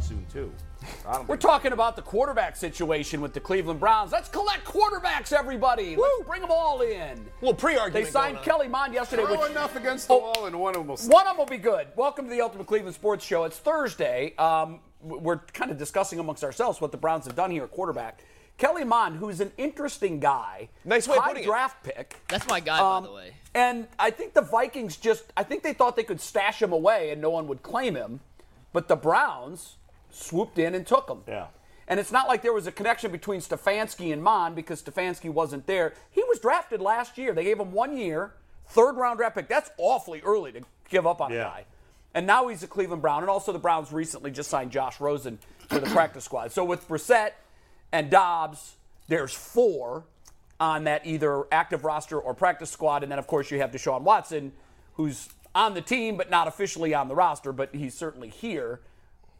soon too. I don't We're think- talking about the quarterback situation with the Cleveland Browns. Let's collect quarterbacks, everybody. Let's bring them all in. Well, pre-argument. They signed going on. Kelly Mond yesterday. Throw Which enough against the Oh. wall, and one of them will. one of them will be good. Welcome to the Ultimate Cleveland Sports Show. It's Thursday. Um, w- we're kind of discussing amongst ourselves what the Browns have done here at quarterback. Kelly Mond, who's an interesting guy, Nice way of high putting it. draft pick. Um, That's my guy, by the way. And I think the Vikings just, I think they thought they could stash him away and no one would claim him. But the Browns swooped in and took him. Yeah. And it's not like there was a connection between Stefanski and Mon because Stefanski wasn't there. He was drafted last year. They gave him one year, third round draft pick. That's awfully early to give up on Yeah. a guy. And now he's a Cleveland Brown. And also the Browns recently just signed Josh Rosen to the practice squad. So with Brissett and Dobbs, there's four on that either active roster or practice squad. And then, of course, you have Deshaun Watson, who's on the team but not officially on the roster, but he's certainly here.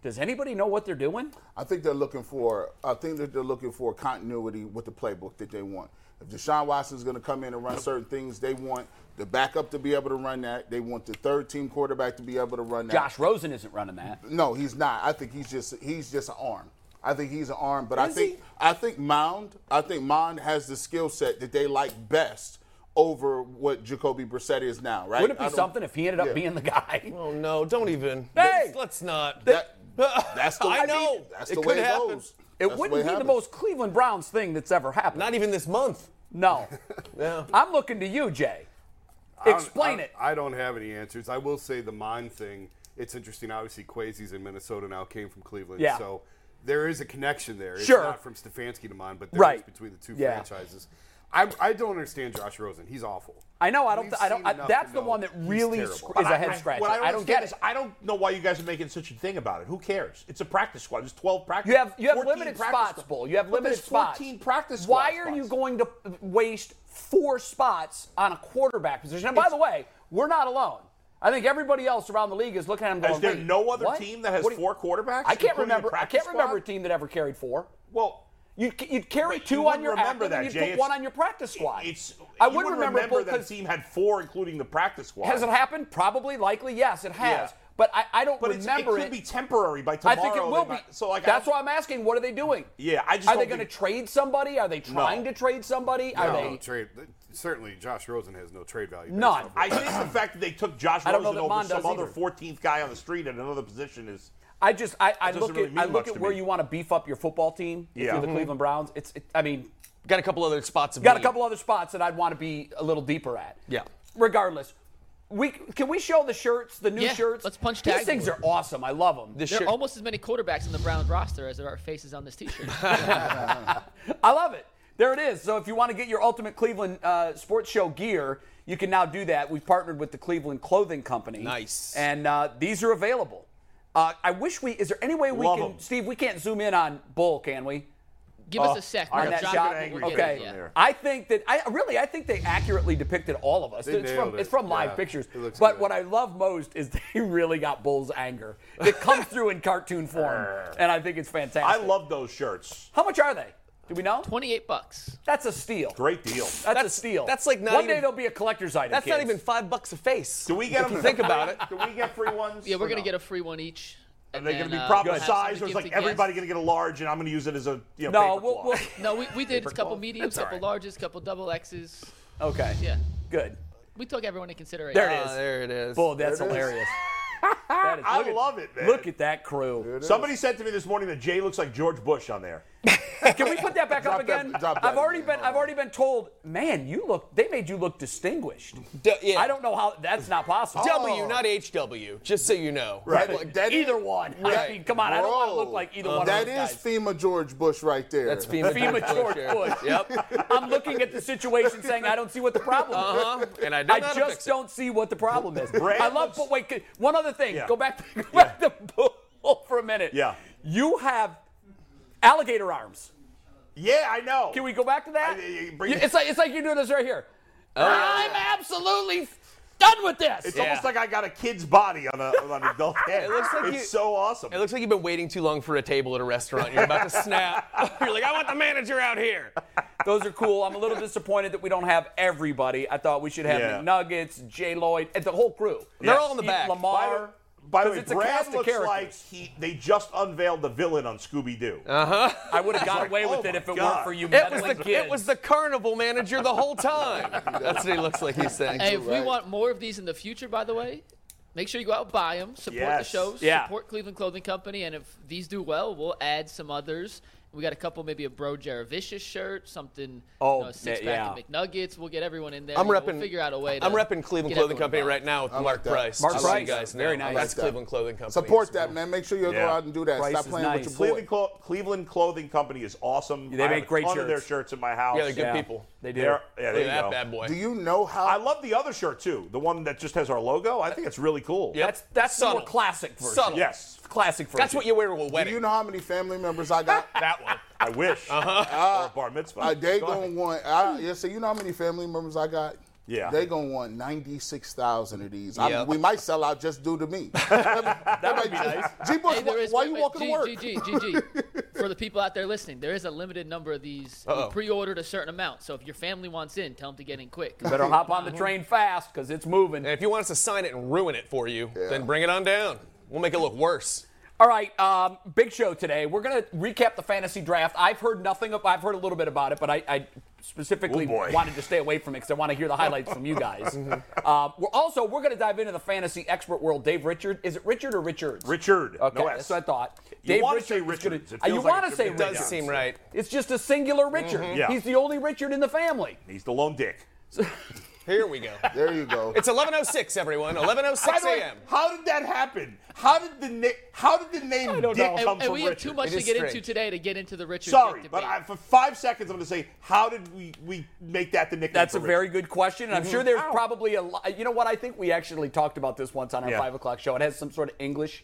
Does anybody know what they're doing? I think they're looking for. I think that they're looking for continuity with the playbook that they want. If Deshaun Watson's going to come in and run certain things, they want the backup to be able to run that. They want the third team quarterback to be able to run that. Josh Rosen isn't running that. No, he's not. I think he's just he's just an arm. I think he's an arm, but I think I think Mound I think Mound has the skill set that they like best over what Jacoby Brissett is now. Right? Wouldn't I it be don't- something if he ended up Yeah. being the guy? Oh no! Don't even. Hey! Let's, let's not. That- that's the I know. That's It the could way it happen. goes. It That's the way wouldn't be the happens. most Cleveland Browns thing that's ever happened. Not even this month. no. Yeah. I'm looking to you, Jay. I don't- Explain I- it. I don't have any answers. I will say the mind thing. It's interesting. Obviously, Quasi's in Minnesota now. Came from Cleveland. Yeah. So there is a connection there. It's Sure. Not from Stefanski to mine, but there is Right. between the two Yeah. franchises. I, I don't understand Josh Rosen. He's awful. I know. I don't. We've I don't. seen I, enough that's to the know one that he's really terrible. sc- is a head scratcher. What I I don't, understand get it. is I don't know why you guys are making such a thing about it. Who cares? It's a practice squad. There's 12 practice. You have you have 14 limited practice spots, squad- Bull. You have But limited there's spots. 14 practice squad Why are you spots. going to waste four spots on a quarterback position? And by the way, we're not alone. I think everybody else around the league is looking at him going. Is there "Wait, no other what? team that has What do you- four quarterbacks? I can't including the remember. I practice can't remember a squad? team that ever carried four. Well, You, you'd carry But two you on wouldn't your remember active that, and you'd Jay. put It's- one on your practice squad. it's. I you would wouldn't remember, Bull, that 'cause- team had four, including the practice squad. Has it happened? Probably, likely, yes, it has. Yeah. But I, I don't But it's, it remember could be temporary by tomorrow. I think it they will be. might- So like, I that's don't- why I'm asking. What are they doing? Yeah, I just are they don't going to think- trade somebody? Are they trying to trade somebody? Are No, they? trade. Certainly, Josh Rosen has no trade value. None. based off of- I think the fact that they took Josh I don't know Rosen that over Mon some does other either. 14th guy on the street at another position is. I just I, I doesn't look at really mean I look much at to where me. you want to beef up your football team. If Yeah. you're the Mhm. Cleveland Browns, it's it, I mean, Got a couple other spots. Of got a need. couple other spots that I'd want to be a little deeper at. Yeah. Regardless, we can we show the shirts, the new Yeah, shirts. let's punch These tag things are board. awesome. I love them. This There shit- are almost as many quarterbacks in the Brown roster as there are faces on this T-shirt. I love it. There it is. So if you want to get your Ultimate Cleveland uh, Sports Show gear, you can now do that. We've partnered with the Cleveland Clothing Company. Nice. And uh, these are available. Uh, I wish we. Is there any way we Love can, 'em. Steve? We can't zoom in on Bull, can we? Give Uh, us a sec. on We'll that jot shot. what we're getting, Okay. yeah. I think that I really I think they accurately depicted all of us. They it's from nailed it. it's from live Yeah, pictures. it looks But good. what I love most is they really got Bull's anger that comes through in cartoon form, and I think it's I fantastic. love those shirts. How much are they? Do we know? Twenty-eight bucks. That's a steal. Great deal. That's, That's- a steal. that's like not one even- day there'll be a collector's item. That's not kids. even five bucks a face. Do we get If them? you think about it. Do we get free ones? Yeah, we're or gonna no? get a free one each. uh, Are they going to be uh, probably proper size, or is like everybody going to get a large, and I'm going to use it as a you know? No, paper we'll, cloth? we'll- No, we, we did a Paper couple cloth? mediums, That's couple larges, couple double X's. Okay. Yeah, Good. we took everyone into consideration. There it Ah, is. there it is. Bull, that's hilarious. That is- I look at- love it, man. Look at that crew. Somebody said to me this morning that Jay looks like George Bush on there. Can we put that back Drop up that- again? drop that I've already again. been I've already been told, man, you look they made you look distinguished. D- yeah. I don't know how that's not possible. W, not HW, just so you know. Right. Like, Oh. That is- either one. I Right. mean, come on, I don't want to Bro, look like either one That of those is guys. FEMA George Bush right there. that's FEMA, FEMA George Bush. Yep. I'm looking at the situation saying I don't see what the problem is. Uh-huh. And I don't I know how to just fix it. don't see what the problem is. Brad I love, looks- but wait, could- one other thing. Yeah. Go back, go back to Bull for a minute. Yeah. You have alligator arms. Yeah, I know. Can we go back to that? I- I- bring- You- it's like it's like you're doing this right here. Oh, I'm absolutely done with this. It's almost like I got a kid's body on, a, on an adult head. It looks like it's you- so awesome. It looks like you've been waiting too long for a table at a restaurant. You're about to snap. You're like, I want the manager out here. Those are cool. I'm a little disappointed that we don't have everybody. I thought we should have Yeah. McNuggets, J. Lloyd, and the whole crew. They're all in the back. By the- Lamar. By the 'Cause way, it's a Brad cast of looks characters. like he, they just unveiled the villain on Scooby Doo. Uh, I would have got away oh with it my if it weren't God. for you It was, meddling the, kids. it was the carnival manager the whole time. That's what he looks like he's saying. Hey, if we right. want more of these in the future, by the way, make sure you go out and buy them. Support Yes. the shows. Yeah. Support Cleveland Clothing Company. And if these do well, we'll add some others. We got a couple, maybe a Bro Jaravicious shirt, something. Oh, you know, six pack yeah. of McNuggets. We'll get everyone in there. I'm you know, repping. We'll figure out a way. To I'm repping Cleveland get Clothing everyone Company involved. right now with I like Mark that. Price. Mark Just so you Price. guys know. Very nice. I That's like that. Cleveland Clothing Company. Support that, man. Make sure you go Yeah. out and do that. Price Stop is playing nice. with your boy. Cleveland, Clo- Cleveland Clothing Company is awesome. Yeah, they I have make a great ton of their shirts. shirts in my house. Yeah, they're good people. They do. They're- yeah, there Look you at that go. bad boy. Do you know how? I love the other shirt too. The one that just has our logo. I think it's really cool. Yep. that's that's the more Subtle. classic version. Subtle. Yes, Classic version. That's what you wear to a do wedding. you know how many family members I got? that one. I wish. Uh-huh. Or bar mitzvah. Uh, they Go gonna ahead. want. I, yeah, so you know how many family members I got? Yeah. They gonna want ninety six thousand of these. I mean, Yep. we might sell out just due to me. that be nice. G Bush, Hey, there why, is- why wait, you wait, walking G, to work? G, G, G, G. For the people out there listening, there is a limited number of these. We Uh-oh. pre-ordered a certain amount, so if your family wants in, tell them to get in quick. Better hop on the Uh-huh. train fast because it's moving. And if you want us to sign it and ruin it for you, then bring it on down. We'll make it look worse. All right, um, big show today. We're gonna recap the fantasy draft. I've heard nothing. Of, I've heard a little bit about it, but I, I specifically Oh, boy. wanted to stay away from it because I want to hear the highlights from you guys. Uh, we're also we're gonna dive into the fantasy expert world. Dave Richard, is it Richard or Richards? Richard. Okay, no that's S. what I thought. You wanna say is gonna- Richards. It uh, you feels like want it to should say be Richard? Richards. Mm-hmm. Does seem right. It's just a singular Richard. Yeah. He's the only Richard in the family. He's the lone dick. Here we go. There you go. It's 11:06, everyone. 11:06 a.m. how did that happen? How did the na- how did the name Dick know. come and, and from we Richard? have too much It to is get into strange. today to get into the Richard. Sorry, Dick but debate. I, for five seconds, I'm going to say, how did we, we make that the nickname? That's for a very Richard? Mm-hmm. good question, and I'm sure Mm-hmm. there's probably a lot. You know what? I think we actually talked about this once on our Yeah. five o'clock show. It has some sort of English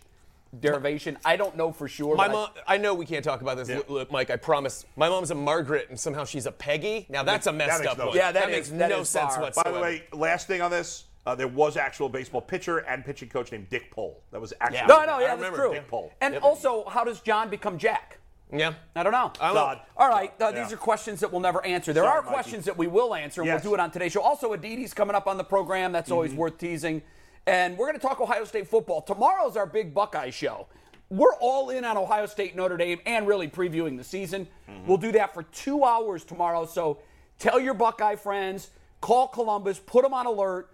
derivation. I don't know for sure. My but I- mom. I know we can't talk about this, Yeah. L- L- Mike. I promise. My mom's a Margaret, and somehow she's a Peggy. Now that's a messed makes up no one. sense. Yeah, that makes is- that no is sense far. whatsoever. By the way, last thing on this, uh, there was actual baseball pitcher and pitching coach named Dick Pohl. That was actually No, no, yeah, that's remember true. Dick Pohl. And also, how does John become Jack? yeah. I don't know. I don't know. Zod. All right, uh, Yeah. these are questions that we'll never answer. There Sorry, are Mikey. questions that we will answer, and Yes. we'll do it on today's show. Also, Aditi's coming up on the program. That's always worth teasing. And we're going to talk Ohio State football. Tomorrow's our big Buckeye show. We're all in on Ohio State, Notre Dame, and really previewing the season. We'll do that for two hours tomorrow. So tell your Buckeye friends, call Columbus, put them on alert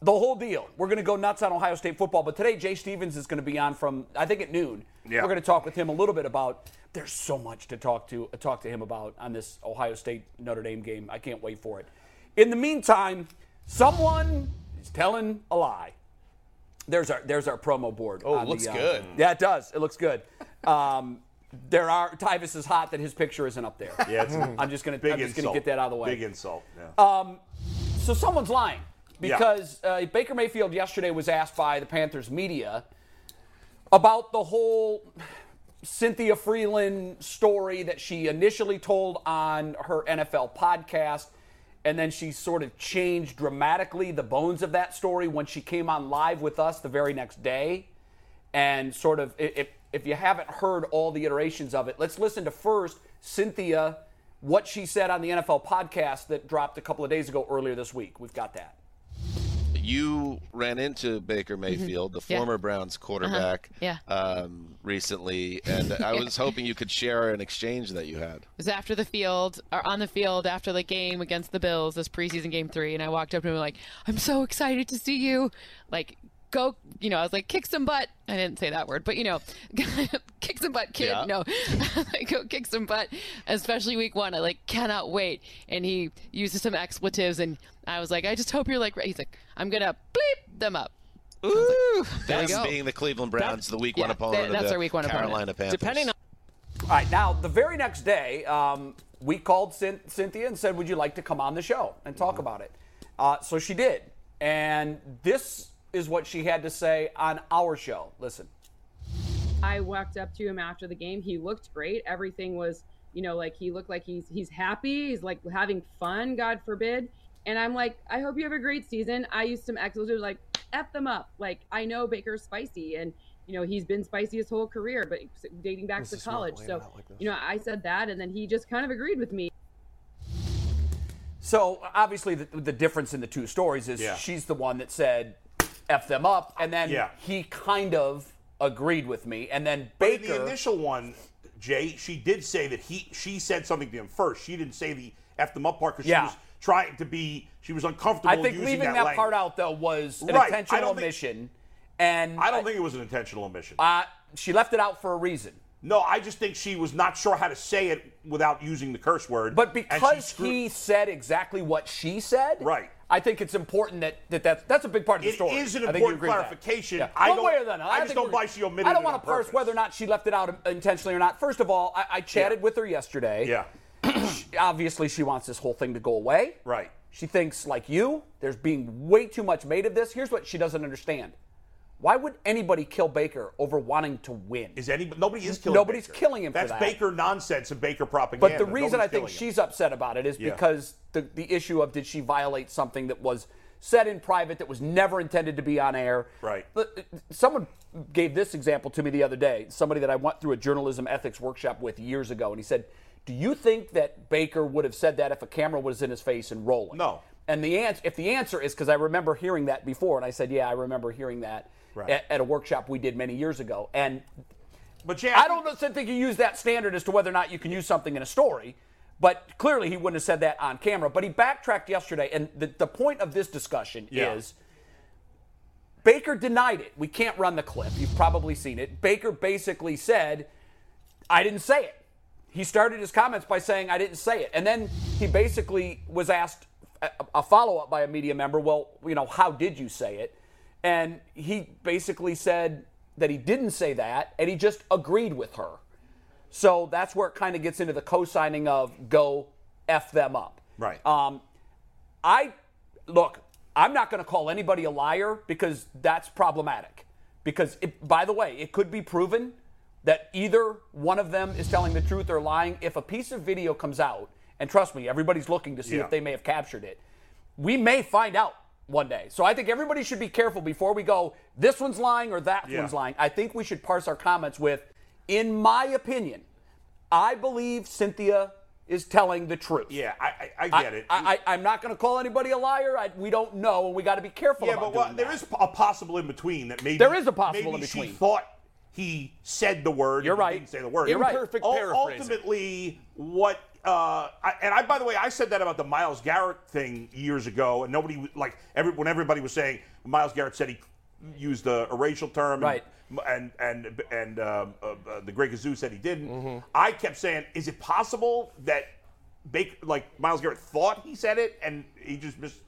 the whole deal. We're going to go nuts on Ohio State football. But today, Jay Stevens is going to be on from I think at noon. Yeah. We're going to talk with him a little bit about. There's so much to talk to talk to him about on this Ohio State Notre Dame game. I can't wait for it. In the meantime, someone is telling a lie. There's our there's our promo board. Oh, on it the, looks uh, good. Yeah, it does. It looks good. Um, there are Tyvus is hot that his picture isn't up there. Yeah, it's a I'm just gonna big I'm just gonna insult. get that out of the way. Big insult. Yeah. Um, So someone's lying Yeah. because uh, Baker Mayfield yesterday was asked by the Panthers media about the whole Cynthia Freeland story that she initially told on her NFL podcast. And then she sort of changed dramatically the bones of that story when she came on live with us the very next day. And sort of, i- if, if you haven't heard all the iterations of it, let's listen to first Cynthia, what she said on the NFL podcast that dropped a couple of days ago earlier this week. We've got that. you ran into Baker Mm-hmm. Mayfield, the Yeah. former Browns Uh-huh. quarterback, Yeah. um, recently, and I was hoping you could share an exchange that you had. was after the field or on the field after the game against the Bills, this preseason game three, and I walked up to him like, "I'm so excited to see you," like go, you know, I was like, kick some butt. I didn't say that word, but you know, kick some butt, kid. Yeah. No, like, go kick some butt, especially week one. I like cannot wait. And he uses some expletives, and I was like, I just hope you're like, right." he's like, I'm gonna bleep them up. Ooh, there you That's go. being the Cleveland Browns, the week one yeah, opponent. that- that's of the our week one opponent. Carolina Panthers. Depending on- All right, now the very next day, um, we called Cyn- Cynthia and said, "Would you like to come on the show and talk Mm-hmm. about it?" Uh, so she did, and this is what she had to say on our show. Listen. I walked up to him after the game. He looked great. Everything was, you know, like he looked like he's he's happy. He's like having fun. God forbid. And I'm like, I hope you have a great season. I used some expletives like f them up. Like I know Baker's spicy, and you know he's been spicy his whole career, but dating back This to is not college. way So out like this. you know, I said that, and then he just kind of agreed with me. So obviously, the, the difference in the two stories is Yeah. she's the one that said "f them up," and then Yeah. he kind of agreed with me, and then But in Baker. the initial one, Jay, she did say that he she said something to him first. She didn't say the f them up part because Yeah. she was trying to be she was uncomfortable. I think using leaving that, that part language. out though was an Right. I intentional don't think- omission, and I don't think it was an intentional omission. uh, she left it out for a reason. No, I just think she was not sure how to say it without using the curse word. But and she because screwed- he said exactly what she said, right? I think it's important that, that that's, that's a big part of the It story. is an I think you important agree with that. clarification. Yeah. I One don't- way or the other, I just think don't we're- buy she omitted I don't it wanna on parse purpose. whether or not she left it out intentionally or not. First of all, I, I chatted with her yesterday. Yeah. obviously, she wants this whole thing to go away. Right. She thinks like you. There's being way too much made of this. Here's what she doesn't understand. Why would anybody kill Baker over wanting to win? Is anybody nobody is killing Nobody's Baker. killing him for That's that. Baker nonsense and Baker propaganda. But the reason I Nobody's think killing him. she's upset about it is Yeah. because the, the issue of did she violate something that was said in private that was never intended to be on air. Right. Someone gave this example to me the other day, somebody that I went through a journalism ethics workshop with years ago, and he said, Do you think that Baker would have said that if a camera was in his face and rolling? No. And the answer, if the answer is because I remember hearing that before, and I said, Yeah, I remember hearing that Right. at, at a workshop we did many years ago. And but Jay, I don't know- think you use that standard as to whether or not you can use something in a story. But clearly, he wouldn't have said that on camera. But he backtracked yesterday, and the, the point of this discussion Yeah. is Baker denied it. We can't run the clip. You've probably seen it. Baker basically said, "I didn't say it." He started his comments by saying, "I didn't say it," and then he basically was asked a, a follow up by a media member, "Well, you know, how did you say it?" And he basically said that he didn't say that, and he just agreed with her. So that's where it kind of gets into the co-signing of go f them up. Right. Um, I look. I'm not going to call anybody a liar because that's problematic. Because it, by the way, it could be proven that either one of them is telling the truth or lying. If a piece of video comes out, and trust me, everybody's looking to see Yeah. if they may have captured it. We may find out one day. So I think everybody should be careful before we go. This one's lying or that Yeah. one's lying. I think we should parse our comments with, in my opinion, I believe Cynthia is telling the truth. Yeah, I, I, I get it. I, I, am not going to call anybody a liar. I, we don't know, and we got to be careful. Yeah, about but what, doing there that. is a possible in between that maybe There is a possible maybe She in-between. thought he said the word. You're right. Didn't say the word. You're right. Imperfect Ul- paraphrasing. Ultimately, what? Uh, I, and I, by the way, I said that about the Miles Garrett thing years ago, and nobody w- like every, when everybody was saying Miles Garrett said he used a, a racial term, Right. And and and, and um, uh, uh, the Great Gazoo said he didn't. Mm-hmm. I kept saying, is it possible that Baker, like Miles Garrett thought he said it, and he just mis-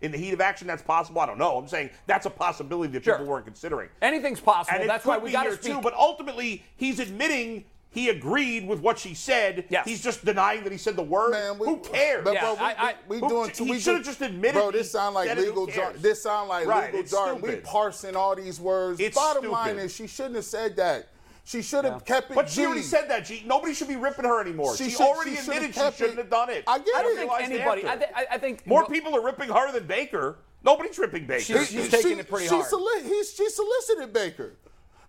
in the heat of action. That's possible. I don't know. I'm saying that's a possibility that people weren't considering. Anything's possible. And it That's why could we be gotta here, too. speak- But ultimately, he's admitting he agreed with what she said. Yes. He's just denying that he said the word. Who cares? But, bro, we, we, we Who doing ca- too- He we should have do- just admitted. Bro, he this sound like said it, who legal jargon. cares? This sound like Right, legal it's jargon. We stupid. parsing all these words. It's Bottom line stupid. is she shouldn't have said that. She should have kept it. But she already G. said that. G. Nobody should be ripping her anymore. She, She should- already she should have admitted she kept shouldn't it. have done it. I get I don't it. think Realized anybody. I, after. th- I I think More people are ripping her than Baker. Nobody's ripping Baker. She- she- she soli- he- she solicited Baker.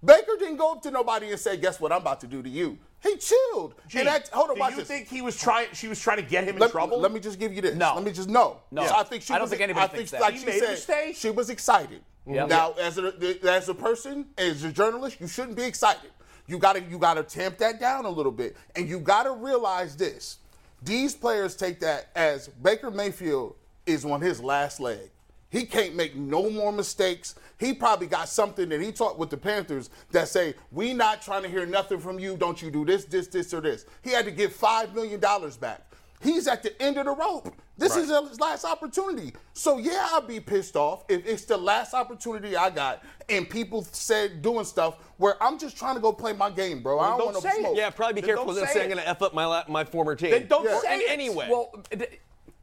Baker didn't go up to nobody and say, "Guess what I'm about to do to you." He chilled. Gee, and that, hold on, do watch you this. think he was trying? She was trying to get him in let, trouble? Let me just give you this. No. Let me just no. No. So I think she I don't was, think anybody I thinks think, that. Like He she made a said, mistake. she was excited. Yeah. Now, as a as a person, as a journalist, you shouldn't be excited. You gotta you gotta tamp that down a little bit, and you gotta realize this. These players take that as Baker Mayfield is on his last leg. He can't make no more mistakes. He probably got something that he taught with the Panthers that say, we not trying to hear nothing from you. Don't you do this, this, this, or this. He had to give $5 million back. He's at the end of the rope. This is his last opportunity. So yeah, I'll be pissed off if it's the last opportunity I got and people said doing stuff where I'm just trying to go play my game, bro. I don't, Well, want to smoke. Yeah, probably be careful. Then say I'm going to f up my la- my former team. Then don't Or say in it. any way.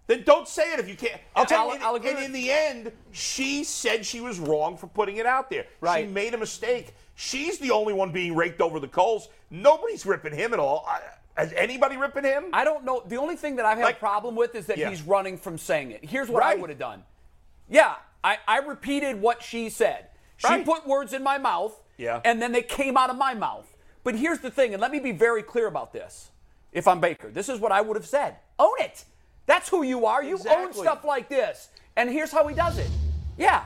then don't say it if you can't. I'll And- tell and, you- I'll agree and with- in the end, she said she was wrong for putting it out there. Right. She made a mistake. She's the only one being raked over the coals. Nobody's ripping him at all. I, has anybody ripping him? I don't know. The only thing that I've had a problem with is that Yeah. he's running from saying it. Here's what Right. I would have done. Yeah, I, I repeated what she said. She put words in my mouth, Yeah. and then they came out of my mouth. But here's the thing, and let me be very clear about this. If I'm Baker, this is what I would have said. Own it. That's who you are. You own Exactly. stuff like this. And here's how he does it. Yeah,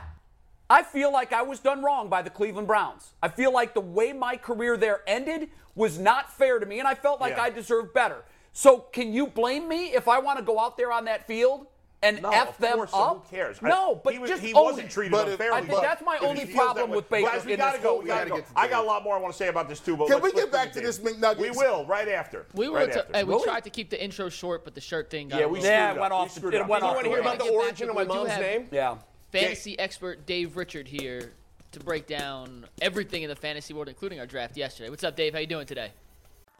I feel like I was done wrong by the Cleveland Browns. I feel like the way my career there ended was not fair to me, and I felt like Yeah. I deserved better. So, can you blame me if I want to go out there on that field and f of them course, so who up? cares? I- No, but he was- just he own wasn't it. treated But if- unfairly, I think but that's my if he only feels problem that way- with Baker. Guys, we in gotta this go. whole We gotta thing. go. I got a lot more I want to say about this too. But Can let's- we let's get back to the this table. McNuggets? We will right after. We were. Right t- after. hey, we tried to keep the intro short, but the shirt thing got. Yeah, a we little- Yeah, screwed it up. off We the- screwed it it up. went You off want the to hear rails. about the Get back origin to of my we do mom's have- name? Yeah. fantasy expert Dave Richard here to break down everything in the fantasy world, including our draft yesterday. What's up, Dave? How you doing today?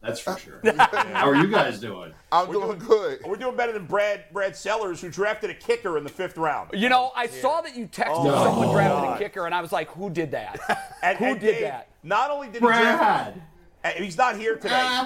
That's for sure. How are you guys doing? I'm doing, good. We're doing better than Brad Brad Sellers, who drafted a kicker in the fifth round. You know, I saw that you texted Oh, someone drafted God. a kicker, and I was like, who did that? And, who and did Dave, that? Not only did he Brad. draft, and he's not here today.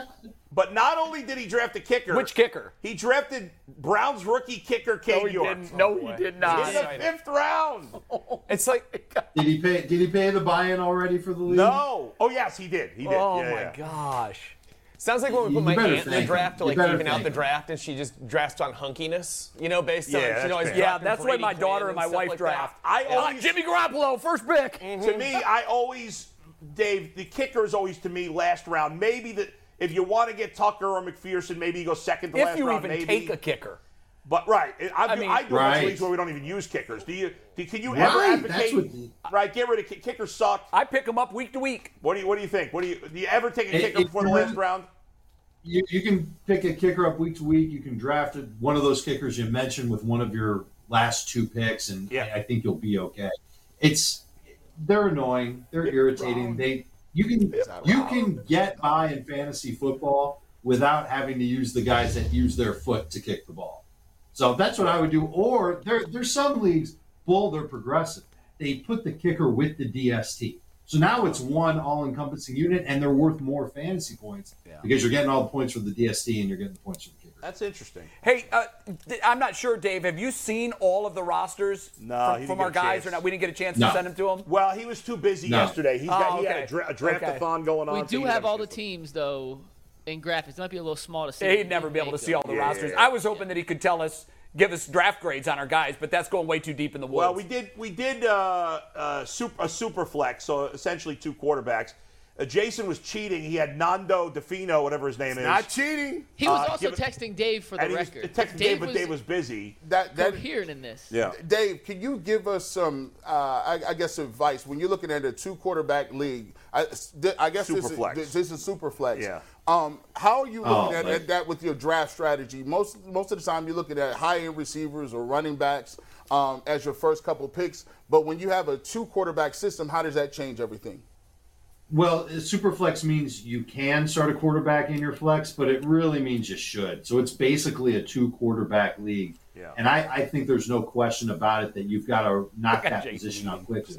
but not only did he draft a kicker, Which kicker? He drafted Browns rookie kicker Kate he York. didn't. No, he did In the fifth round. It's like Did he pay? Did he pay the buy-in already for the league? No. Oh yes, he did. He did. Oh, Yeah, my yeah. gosh. Sounds like when we You put my better aunt in the thank draft to him. You like better even out thank the him. draft, and she just drafts on hunkiness, you know, based Yeah, on that's she's always fair. dropping Yeah, that's why Brady my daughter Quinn and my stuff wife like that. draft. I Yeah. always- Jimmy Garoppolo, first pick. Mm-hmm. To me, I always, Dave, the kicker is always to me last round. Maybe the if you want to get Tucker or McPherson, maybe you go second to If last you round. even maybe. take a kicker. But right, I, I, I do, mean- I do much Right. leagues where we don't even use kickers. Do you? Do, can you ever Right, that's advocate? right, get rid of kick, kickers. Suck. I pick them up week to week. What do you What do you think? What do you Do you ever take a It- kicker it- before the last round? You, you can pick a kicker up week to week. You can draft it- one of those kickers you mentioned with one of your last two picks, and I, I think you'll be okay. It's they're annoying. They're irritating. They you can you can get by in fantasy football without having to use the guys that use their foot to kick the ball. So that's what I would do. Or there, there's some leagues, bull, they're progressive. They put the kicker with the DST. So now it's one all-encompassing unit, and they're worth more fantasy points because you're getting all the points for the DST and you're getting the points for the kicker. That's interesting. Hey, uh, th- I'm not sure, Dave. Have you seen all of the rosters No, he from, didn't from get our a guys chance. or not? We didn't get a chance No. to send them to him. Well, he was too busy No. yesterday. He's got Oh, he had okay. a, dra- a Okay. draftathon going on. We so do he have got- all the teams though in graphics. It might be a little small to see. He'd never be able to see all the rosters. I was hoping that he could tell us, give us draft grades on our guys, but that's going way too deep in the woods. Well, we did we did uh, uh, super, a super flex, so essentially two quarterbacks. Uh, Jason was cheating. He had Nando DeFino, whatever his name is. not cheating. He was Uh, also give it- texting Dave for the and he was record. texting Dave, but Dave was busy. That that coherent in this. Yeah. Dave, can you give us some, uh, I, I guess, advice when you're looking at a two quarterback league? I, th- I guess this is, Superflex. this is super flex. Yeah. Um, how are you looking Oh, at, man. at that with your draft strategy? Most most of the time, you're looking at high end receivers or running backs um, as your first couple picks. But when you have a two quarterback system, how does that change everything? Well, super flex means you can start a quarterback in your flex, but it really means you should. So it's basically a two quarterback league. Yeah. And I, I think there's no question about it that you've got to knock that position out quickly.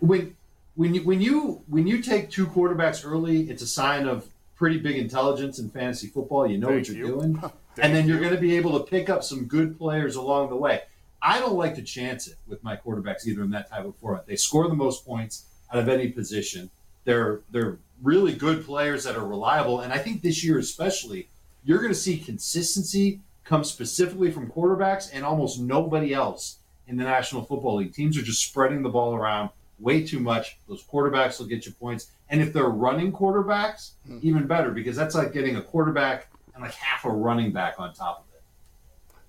When when you when you when you take two quarterbacks early, it's a sign of pretty big intelligence in fantasy football. You know Thank what you're you. doing, and then you're going to be able to pick up some good players along the way. I don't like to chance it with my quarterbacks either in that type of format. They score the most points out of any position. They're they're really good players that are reliable, and I think this year especially, you're going to see consistency come specifically from quarterbacks and almost nobody else in the National Football League. Teams are just spreading the ball around way too much. Those quarterbacks will get you points. And if they're running quarterbacks, even better because that's like getting a quarterback and like half a running back on top of it.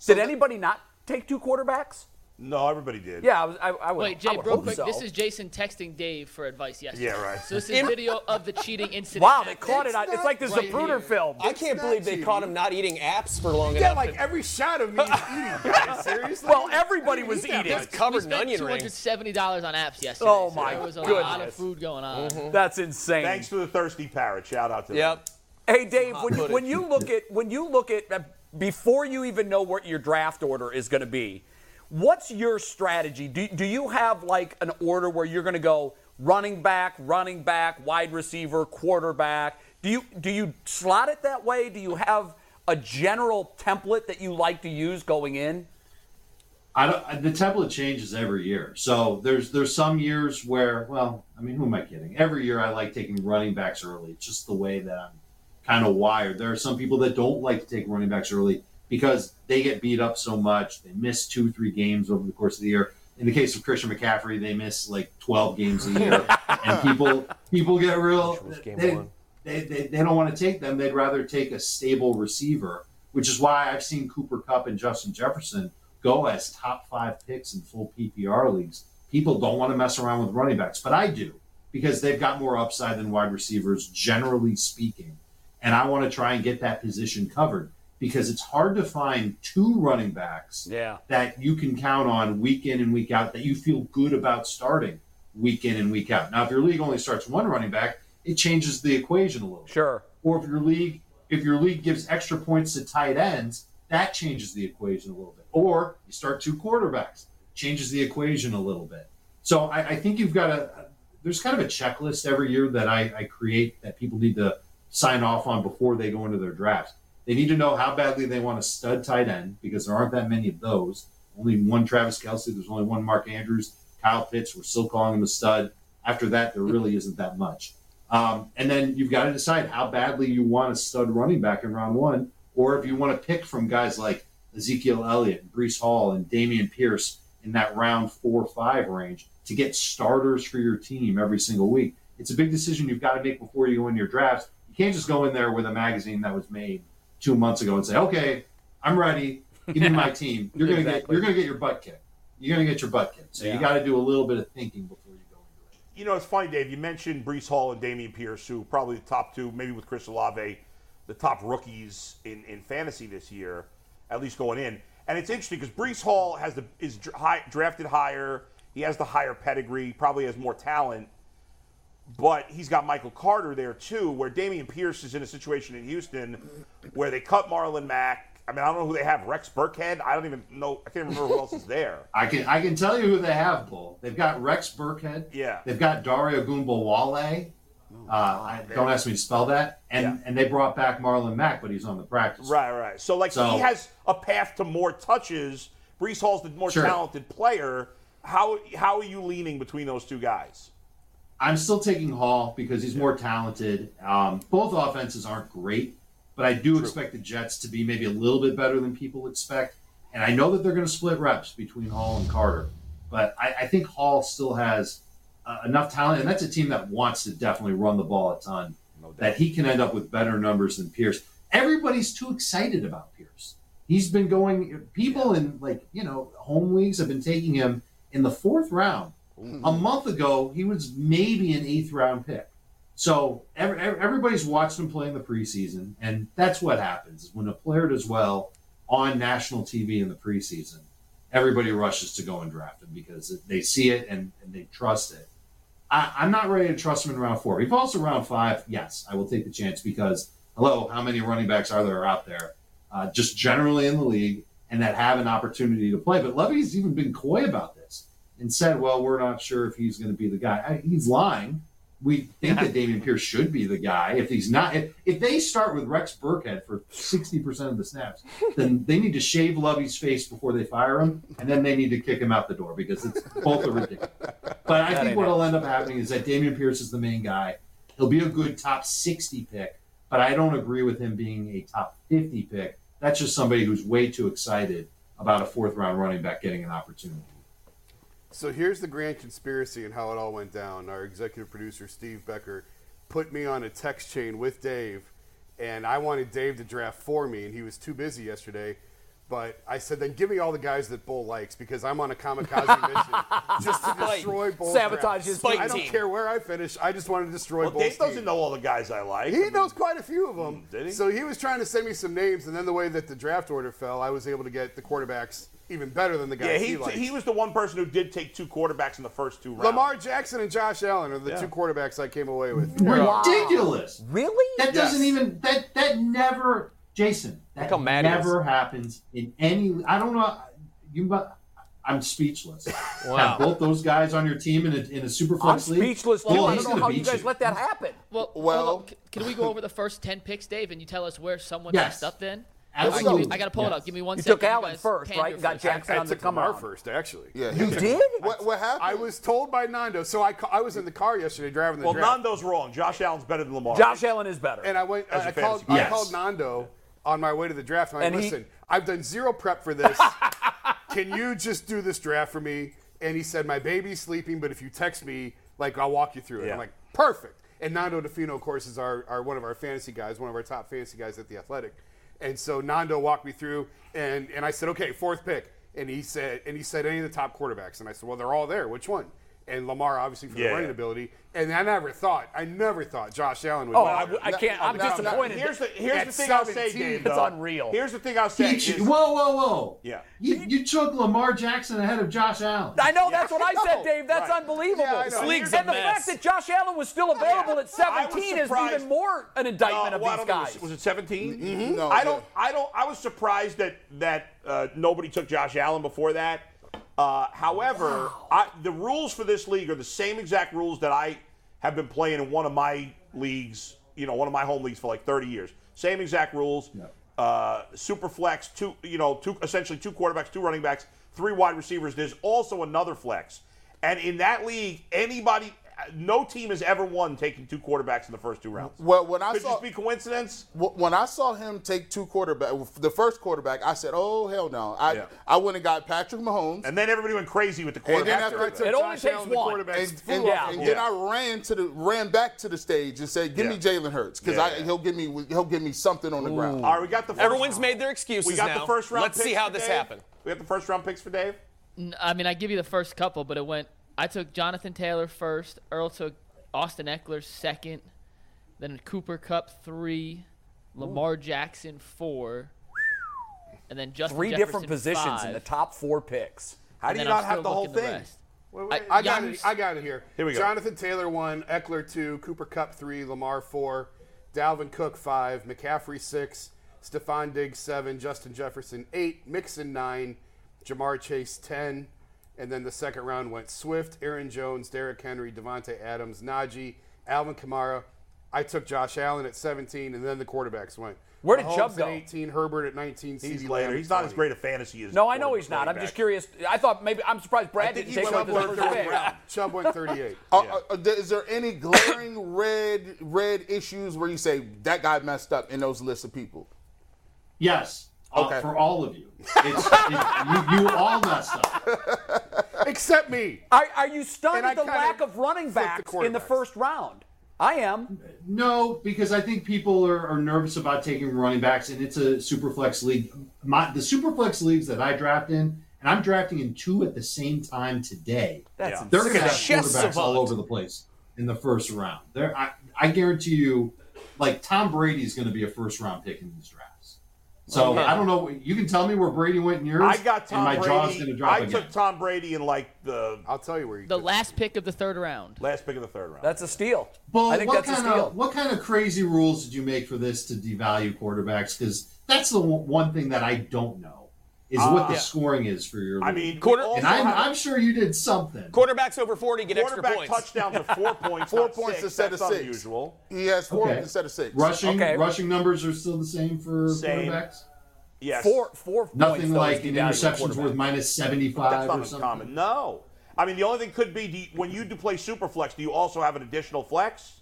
Did anybody not take two quarterbacks? No, everybody did. Yeah, I was. I, I would. Wait, I Jay, would real hope quick. so. This is Jason texting Dave for advice yesterday. Yeah, right. So this is In- video of the cheating incident. Wow, they caught it It's on- it's like the right Zapruder here. film. I can't believe they caught him not eating apps for long Yeah, enough. like to- every shot of me is eating. guys, seriously? Well, everybody was eating. That's covered in onion Two hundred rings. seventy dollars on apps yesterday. Oh so my There was a lot of goodness. Mm-hmm. food going on. That's insane. Thanks for the thirsty parrot. Shout out to them. Yep. Hey Dave, Hot when you, footage. when you look at when you look at uh, before you even know what your draft order is going to be, what's your strategy? Do, do you have like an order where you're going to go running back, running back, wide receiver, quarterback? Do you do you slot it that way? Do you have a general template that you like to use going in? I don't, I- the template changes every year. So there's there's some years where, well, I mean, who am I kidding? Every year I like taking running backs early. It's just the way that I'm kind of wired. There are some people that don't like to take running backs early because they get beat up so much. They miss two, three games over the course of the year. In the case of Christian McCaffrey, they miss like 12 games a year, and people people get real. they- they, they, they don't want to take them. They'd rather take a stable receiver, which is why I've seen Cooper Cup and Justin Jefferson go as top five picks in full PPR leagues. People don't want to mess around with running backs, but I do because they've got more upside than wide receivers, generally speaking. And I want to try and get that position covered because it's hard to find two running backs Yeah. that you can count on week in and week out that you feel good about starting week in and week out. Now, if your league only starts one running back, it changes the equation a little. Sure. Or if your league if your league gives extra points to tight ends, that changes the equation a little bit. Or you start two quarterbacks, changes the equation a little bit. So I, I think you've got a there's kind of a checklist every year that I, I create that people need to sign off on before they go into their drafts. They need to know how badly they want a stud tight end because there aren't that many of those. Only one Travis Kelsey. There's only one Mark Andrews. Kyle Pitts. We're still calling him a stud. After that, there really isn't that much. Um, and then you've got to decide how badly you want a stud running back in round one, or if you want to pick from guys like Ezekiel Elliott, and Brees Hall, and Damian Pierce in that round four or five range to get starters for your team every single week. It's a big decision you've got to make before you go in your drafts. You can't just go in there with a magazine that was made two months ago and say, "Okay, I'm ready. Give me my team." You're gonna get Exactly. you're gonna get your butt kicked. You're gonna get your butt kicked. So Yeah. you got to do a little bit of thinking before you go. You know, it's funny, Dave. You mentioned Brees Hall and Damian Pierce, who are probably the top two, maybe with Chris Olave, the top rookies in, in fantasy this year, at least going in. And it's interesting because Brees Hall has the is dr- high, drafted higher. He has the higher pedigree. Probably has more talent. But he's got Michael Carter there too, where Damian Pierce is in a situation in Houston where they cut Marlon Mack. I mean, I don't know who they have. Rex Burkhead. I don't even know. I can't remember who else is there. I can I can tell you who they have, Bull. They've got Rex Burkhead. Yeah. They've got Dario Gumbawale. Oh, Uh, I, don't ask me to spell that. And and they brought back Marlon Mack, but he's on the practice. Right, right. So like So- he has a path to more touches. Brees Hall's the more Sure. talented player. How how are you leaning between those two guys? I'm still taking Hall because he's more talented. Um, both offenses aren't great, but I do expect the Jets to be maybe a little bit better than people expect. And I know that they're going to split reps between Hall and Carter, but I, I think Hall still has uh, enough talent, and that's a team that wants to definitely run the ball a ton. that he can end up with better numbers than Pierce. Everybody's too excited about Pierce. He's been going. People in like you know home leagues have been taking him in the fourth round. A Um, month ago, he was maybe an eighth round pick. So every, every- everybody's watched him play in the preseason, and that's what happens is when a player does well on national TV in the preseason. Everybody rushes to go and draft him because they see it and, and they trust it. I, I'm not ready to trust him in round four. If he falls to round five, yes, I will take the chance because, hello, how many running backs are there out there uh, just generally in the league and that have an opportunity to play? But Levy's even been coy about this. and said, well, we're not sure if he's going to be the guy. I, he's lying. We think that Damian Pierce should be the guy. If he's not, if, if they start with Rex Burkhead for 60% of the snaps, then they need to shave Lovey's face before they fire him, and then they need to kick him out the door because it's both are ridiculous. But I That think ain't what'll end up happening is that Damian Pierce is the main guy. He'll be a good top 60 pick, but I don't agree with him being a top 50 pick. That's just somebody who's way too excited about a fourth round running back getting an opportunity. So here's the grand conspiracy and how it all went down. Our executive producer, Steve Becker, put me on a text chain with Dave, and I wanted Dave to draft for me, and he was too busy yesterday. But I said, then give me all the guys that Bull likes because I'm on a kamikaze mission just to Spike. destroy Bull. Sabotage drafts. his Spike I don't team. care where I finish. I just want to destroy Well, Bull's Dave doesn't team. know all the guys I like. He knows quite a few of them. did he? So he was trying to send me some names, and then the way that the draft order fell, I was able to get the quarterbacks even better than the Yeah, guys he, he likes. he was the one person who did take two quarterbacks in the first two rounds. Lamar Jackson and Josh Allen are the Yeah. two quarterbacks I came away with. Ridiculous. Oh. Really? That doesn't even that that never Jason, that how mad he never happens in any I don't know you mu- I'm speechless. Have both those guys on your team in a, in a super I'm flex league. speechless too. Well, I he's don't know gonna how you beat guys let that happen. Well, Well- well, can we go over the first ten picks, Dave, and you tell us where someone Yes. messed up? Then Absolutely. I, give me- I gotta pull it up. Give me one You second. took Allen guys first, pander right? And got first. Jackson I on the took come Lamar around. first, actually. Yeah, You did? What, what happened? I was told by Nando. So I, ca- I was in the car yesterday driving the Well, draft. Nando's wrong. Josh Allen's better than Lamar. Josh Allen is better. And I went. As a I called, fantasy I player. called Nando on my way to the draft. And I And he- listen, I've done zero prep for this. Can you just do this draft for me? And he said, my baby's sleeping, but if you text me, like I'll walk you through it. Yeah. I'm like, perfect. And Nando DeFino, of course, is our, our one of our fantasy guys, one of our top fantasy guys at the Athletic. And so Nando walked me through, and and I said, okay, fourth pick. And he said, and he said any of the top quarterbacks. And I said, well, they're all there. Which one? And Lamar, obviously, for Yeah, the running yeah. ability. And I never thought, I never thought Josh Allen would. Oh, be I- there. I can't- I'm disappointed. Here's the- here's At the thing I'll say, 17, Dave, though. though. unreal. Here's the thing I'll say You- is- whoa, whoa, whoa. Yeah. You, you took Lamar Jackson ahead of Josh Allen. I know that's what I said, Dave. That's Right. unbelievable. Yeah, I know. This league's and a the fact mess. that Josh Allen was still available at I was 17 is surprised. even more an indictment of No, well, I these don't know, guys. Was, was it 17? Mhm. No, I don't. yeah. I don't. I was surprised that that uh, nobody took Josh Allen before that. Uh, however, I, the rules for this league are the same exact rules that I have been playing in one of my leagues. You know, one of my home leagues for like 30 years. Same exact rules. Uh, super flex, two. You know, two essentially two quarterbacks, two running backs, three wide receivers. There's also another flex, and in that league, anybody. No team has ever won taking two quarterbacks in the first two rounds. Well, when I Could saw just be coincidence. Wh- When I saw him take two quarterback, the first quarterback, I said, "Oh hell no!" I Yeah. I went and got Patrick Mahomes, and then everybody went crazy with the And quarterback. then after I took It only Josh takes Allen, the one. quarterback, And- and, and- yeah. and then Yeah. I ran to the ran back to the stage and said, "Give me Jalen Hurts because Yeah, I he'll give me he'll give me something on the ground." All right, we got the. First Everyone's made their excuses We got now. the first round. Let's see picks how for this Dave. happened. We got the first round picks for Dave. N- I mean, I give you the first couple, but it went. I took Jonathan Taylor first. Earl took Austin Eckler second. Then Cooper Cup three, Lamar Jackson four, and then Justin Three Jefferson, different positions five. in the top four picks. How do And you then not I'm have still the whole looking the thing? rest. Wait, wait, I- I, got Giannis- it. I got it here. Here we go. Jonathan Taylor one, Eckler two, Cooper Cup three, Lamar four, Dalvin Cook five, McCaffrey six, Stephon Diggs seven, Justin Jefferson eight, Mixon nine, Jamar Chase ten, and then the second round went Swift, Aaron Jones, Derrick Henry, Devontae Adams, Najee, Alvin Kamara. I took Josh Allen at 17, and then the quarterbacks went. Where did Chubb Mahomes go? At 18, Herbert at 19. He's CeeDee later. Lamb at He's not as 20. great a fantasy as. No, I know he's not. I'm quarterback. just curious. I thought maybe I'm surprised Brad didn't take him went with the first pick. Chubb went 38. Uh, uh, uh, is there any glaring red red issues where you say that guy messed up in those lists of people? Yes. Uh, Okay. for all of you. It's, it's, you, you all messed up. Except me. Are, are you stunned And at I the kinda lack of running flipped the backs in the first round? I am. No, because I think people are, are nervous about taking running backs, and it's a super flex league. My, the super flex leagues that I draft in, and I'm drafting in two at the same time today. That's they're going to have insane. quarterbacks Chess all savant. over the place in the first round. There, I, I guarantee you, like Tom Brady is going to be a first round pick in these drafts. So Okay. I don't know. You can tell me where Brady went in yours. I got Tom and my Brady. jaw's going to drop I again. took Tom Brady in like the. I'll tell you where you. The last pick of the third round. Last pick of the third round. That's a steal. Bull, what kind of what kind of crazy rules did you make for this to devalue quarterbacks? Because that's the one one thing that I don't know. is what Ah. the scoring is for your. I league. mean, Quarter- we also and I'm, have- I'm sure you did something. Quarterbacks over 40 get extra Quarterback points. touchdowns are four points, Four not points six. instead That's of six. unusual. He has four instead of six. Rushing rushing numbers are still the same for Same. quarterbacks. Yes. Four, four Nothing though, like is the an value of interceptions quarterback. worth minus seventy That's five not or something. uncommon. No. I mean, the only thing could be do you- when you do play super flex, do you also have an additional flex?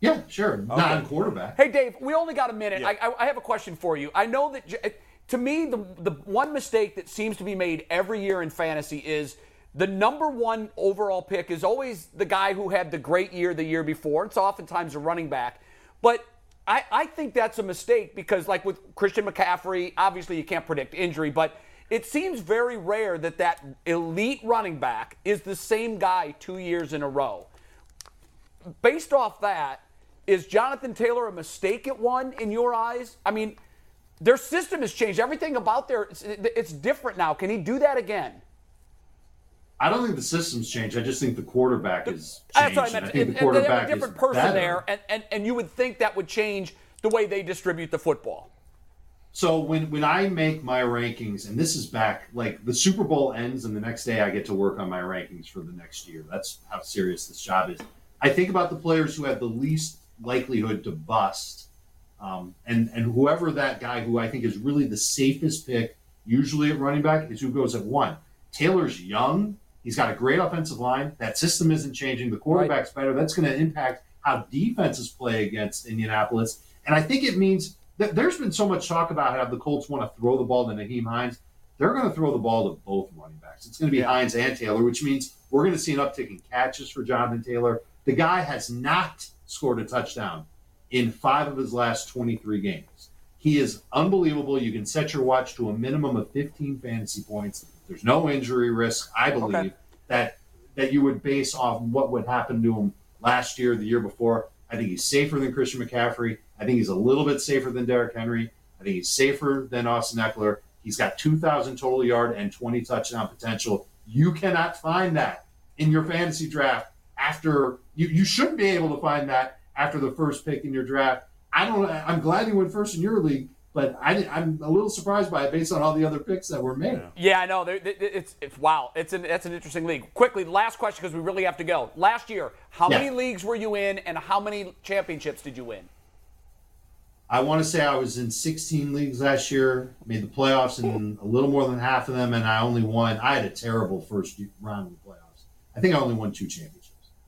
Yeah, sure. Non quarterback. Hey, Dave, we only got a minute. I, I, I have a question for you. I know that, J- to me, the, the one mistake that seems to be made every year in fantasy is the number one overall pick is always the guy who had the great year the year before. It's oftentimes a running back. But I, I think that's a mistake because, like with Christian McCaffrey, obviously you can't predict injury, but it seems very rare that that elite running back is the same guy two years in a row based off that, is Jonathan Taylor a mistake at one in your eyes? I mean, their system has changed. Everything about their it's, it's different now. Can he do that again? I don't think the systems changed. I just think the quarterback is That's changed. what I and meant. I And- think the and they have quarterback a is different person better. there, and, and, and you would think that would change the way they distribute the football. So when when I make my rankings, and this is back like the Super Bowl ends, and the next day I get to work on my rankings for the next year. That's how serious this job is. I think about the players who have the least likelihood to bust, um, and and whoever that guy who I think is really the safest pick, usually at running back, is who goes at one. Taylor's young. He's got a great offensive line. That system isn't changing. The quarterback's better. That's going to impact how defenses play against Indianapolis. And I think it means that there's been so much talk about how the Colts want to throw the ball to Naheem Hines. They're going to throw the ball to both running backs. It's going to be Hines and Taylor, which means we're going to see an uptick in catches for Jonathan Taylor. The guy has not scored a touchdown in five of his last 23 games. He is unbelievable. You can set your watch to a minimum of 15 fantasy points. There's no injury risk, I believe, that that you would base off what would happen to him last year, the year before. I think he's safer than Christian McCaffrey. I think he's a little bit safer than Derrick Henry. I think he's safer than Austin Eckler. He's got 2,000 total yard and 20 touchdown potential. You cannot find that in your fantasy draft after you, you shouldn't be able to find that after the first pick in your draft. I don't. I'm glad he went first in your league, but I, I'm a little surprised by it based on all the other picks that were made. Yeah, I know. They're- they- they- It's, it's wow. It's an that's an interesting league. Quickly, last question because we really have to go. Last year, how Yeah. many leagues were you in, and how many championships did you win? I want to say I was in 16 leagues last year, made the playoffs in a little more than half of them, and I only won. I had a terrible first year- round of the playoffs. I think I only won two championships.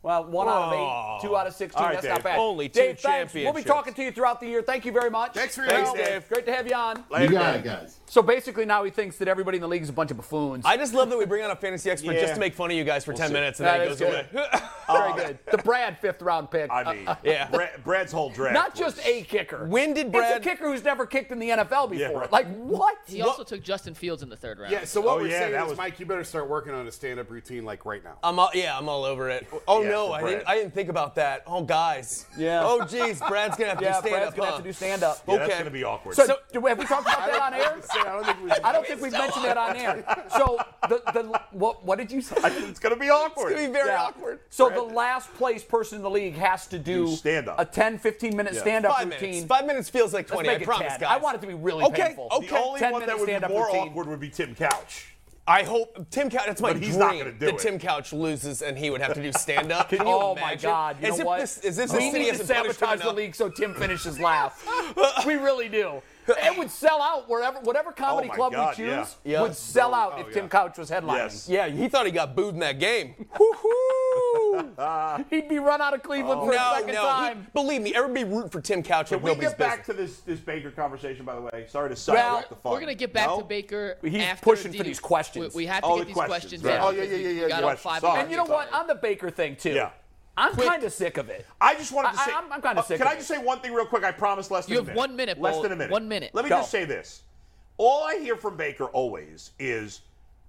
Well, one out of eight, two out of sixteen. All right, That's Dave. not bad. Only two Dave, thanks. We'll be championships. talking to you throughout the year. Thank you very much. Thanks for your thanks, help. Dave. Great to have you on. you got it, guys. So basically, now he thinks that everybody in the league is a bunch of buffoons. I just love that we bring on a fantasy expert Yeah. just to make fun of you guys for We'll 10 see. minutes and That then it is goes good. away. Very good. The Brad fifth round pick. I mean, Yeah. Brad, Brad's whole draft. Not just a kicker. When did Brad- It's a kicker who's never kicked in the NFL before. right. Like what? He also took Justin Fields in the third round. Yeah, so what Oh, we're yeah, saying that is, was- Mike, you better start working on a stand-up routine like right now. I'm all, yeah, I'm all over it. Oh Yeah, no, for I didn't, Brad. I didn't think about that. Oh guys. Yeah. Oh jeez, Brad's gonna have to Yeah, do stand Brad's up. gonna have to do stand-up. Okay. Yeah, that's gonna be awkward. So, do we, have we talked about that on air? I don't think we I don't think we've mentioned that on air. So the, the what what did you say? It's gonna be awkward. It's going to be very awkward. So the last place person in the league has to do Do stand-up. a 10, 15 minute Yeah. stand up Five routine. minutes. Five minutes feels like Let's 20, make I it promise, 10. guys. I want it to be really Okay, painful. okay. The only 10 one that minute would be stand up more routine. awkward would be Tim Couch. I hope Tim Couch. That's my But he's dream. not gonna do that it. Tim Couch loses and he would have to do stand up. Can you oh my imagine? God! You is know if what? This, is this we a city need as to a punishment sabotage the enough? league so Tim finishes last. we really do. It would sell out wherever, whatever comedy my club God, we yeah. choose Yeah. would sell out if Tim Couch was headlining. Yes. Yeah, he thought he got booed in that game. He'd be run out of Cleveland Oh. Oh. for no, a second no. time. He- believe me, everybody root for Tim Couch Can like we nobody's get back business. to this this Baker conversation, by the way? Sorry to Well, sidetrack the fun. We're gonna get back No? to Baker. He's after pushing for the- these questions. We, we have to All get the these questions, questions. right. in Oh, yeah, because yeah, we yeah, yeah, Got yeah. on five. Sorry. minutes. And you know what? On the Baker thing too. Yeah. I'm kind of sick of it. I just wanted to I- say. I'm- I'm kinda uh, sick Can of I just say one thing real quick? I promise less than You a have minute. one minute, Less Bo. than a minute. One minute. Let me Go. just say this. All I hear from Baker always is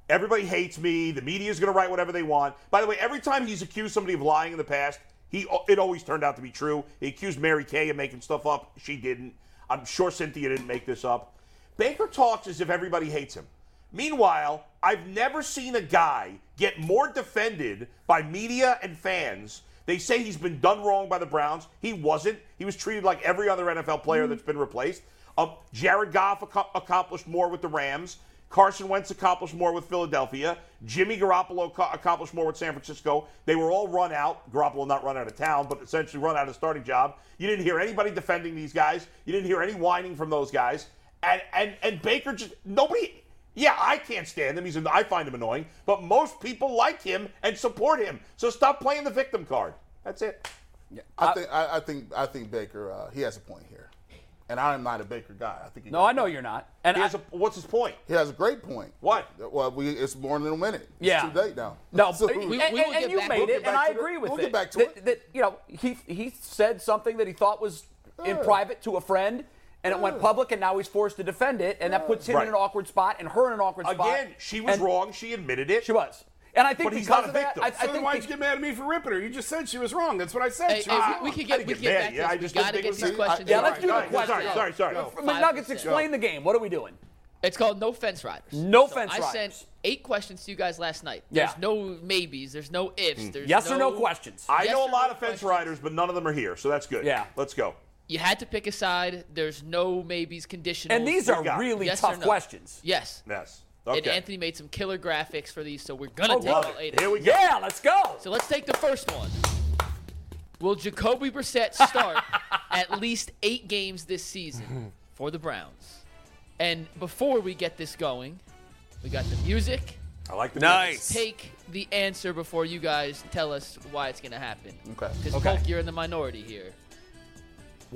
everybody hates me. The media is going to write whatever they want. By the way, every time he's accused somebody of lying in the past, he it always turned out to be true. He accused Mary Kay of making stuff up. She didn't. I'm sure Cynthia didn't make this up. Baker talks as if everybody hates him. Meanwhile, I've never seen a guy get more defended by media and fans. They say he's been done wrong by the Browns. He wasn't. He was treated like every other NFL player that's been replaced. Uh, Jared Goff aco- accomplished more with the Rams. Carson Wentz accomplished more with Philadelphia. Jimmy Garoppolo co- accomplished more with San Francisco. They were all run out. Garoppolo not run out of town, but essentially run out of starting job. You didn't hear anybody defending these guys. You didn't hear any whining from those guys. And and and Baker just nobody. Yeah, I can't stand him. He's an- I find him annoying, but most people like him and support him. So stop playing the victim card. That's it. I, think I, I think I think Baker uh, he has a point here, and I am not a Baker guy. I think he No, I know you're not. And He I, has what's his point? He has a great point. What? Well, we it's more than a minute. Yeah. it's too late now. No, So- and, and- and you made We'll it, get and back I to the- agree with we'll it. get back to that, That you know, he he said something that he thought was in Yeah. private to a friend, and it went Yeah. public, and now he's forced to defend it, and that puts him Right. in an awkward spot, and her in an awkward spot. Again, she was and- wrong. She admitted it. She was. And I think But he's because not a of that, victim. I, I So So think then why'd the- you get mad at me for ripping her? You just said she was wrong. That's what I said. Hey, she hey, was we- wrong. we could get- I didn't we could get back to this. We gotta think get it these was- questions Yeah, let's do the All right, questions. Sorry, sorry, sorry. Go. McNuggets, explain the game. What do we doing? It's called No Fence Riders. No So fence I riders. sent eight questions to you guys last night. Yeah. There's no maybes. There's no ifs. Hmm. Hmm. There's Yes or no questions. I Yes know or a no lot of fence riders, but none of them are here, so that's good. Yeah, let's go. You had to pick a side. There's no maybes conditional. And these are Got it. really yes tough or no. questions. Yes. Yes. And Okay. Anthony made some killer graphics for these, so we're gonna Oh, take love all it. eight. Here we go. Yeah, let's go. So let's take the first one. Will Jacoby Brissett start at least eight games this season for the Browns? And before we get this going, we got the music. I like the Let's Take the answer before you guys tell us why it's gonna happen. Okay. Because Okay. Polk, you're in the minority here.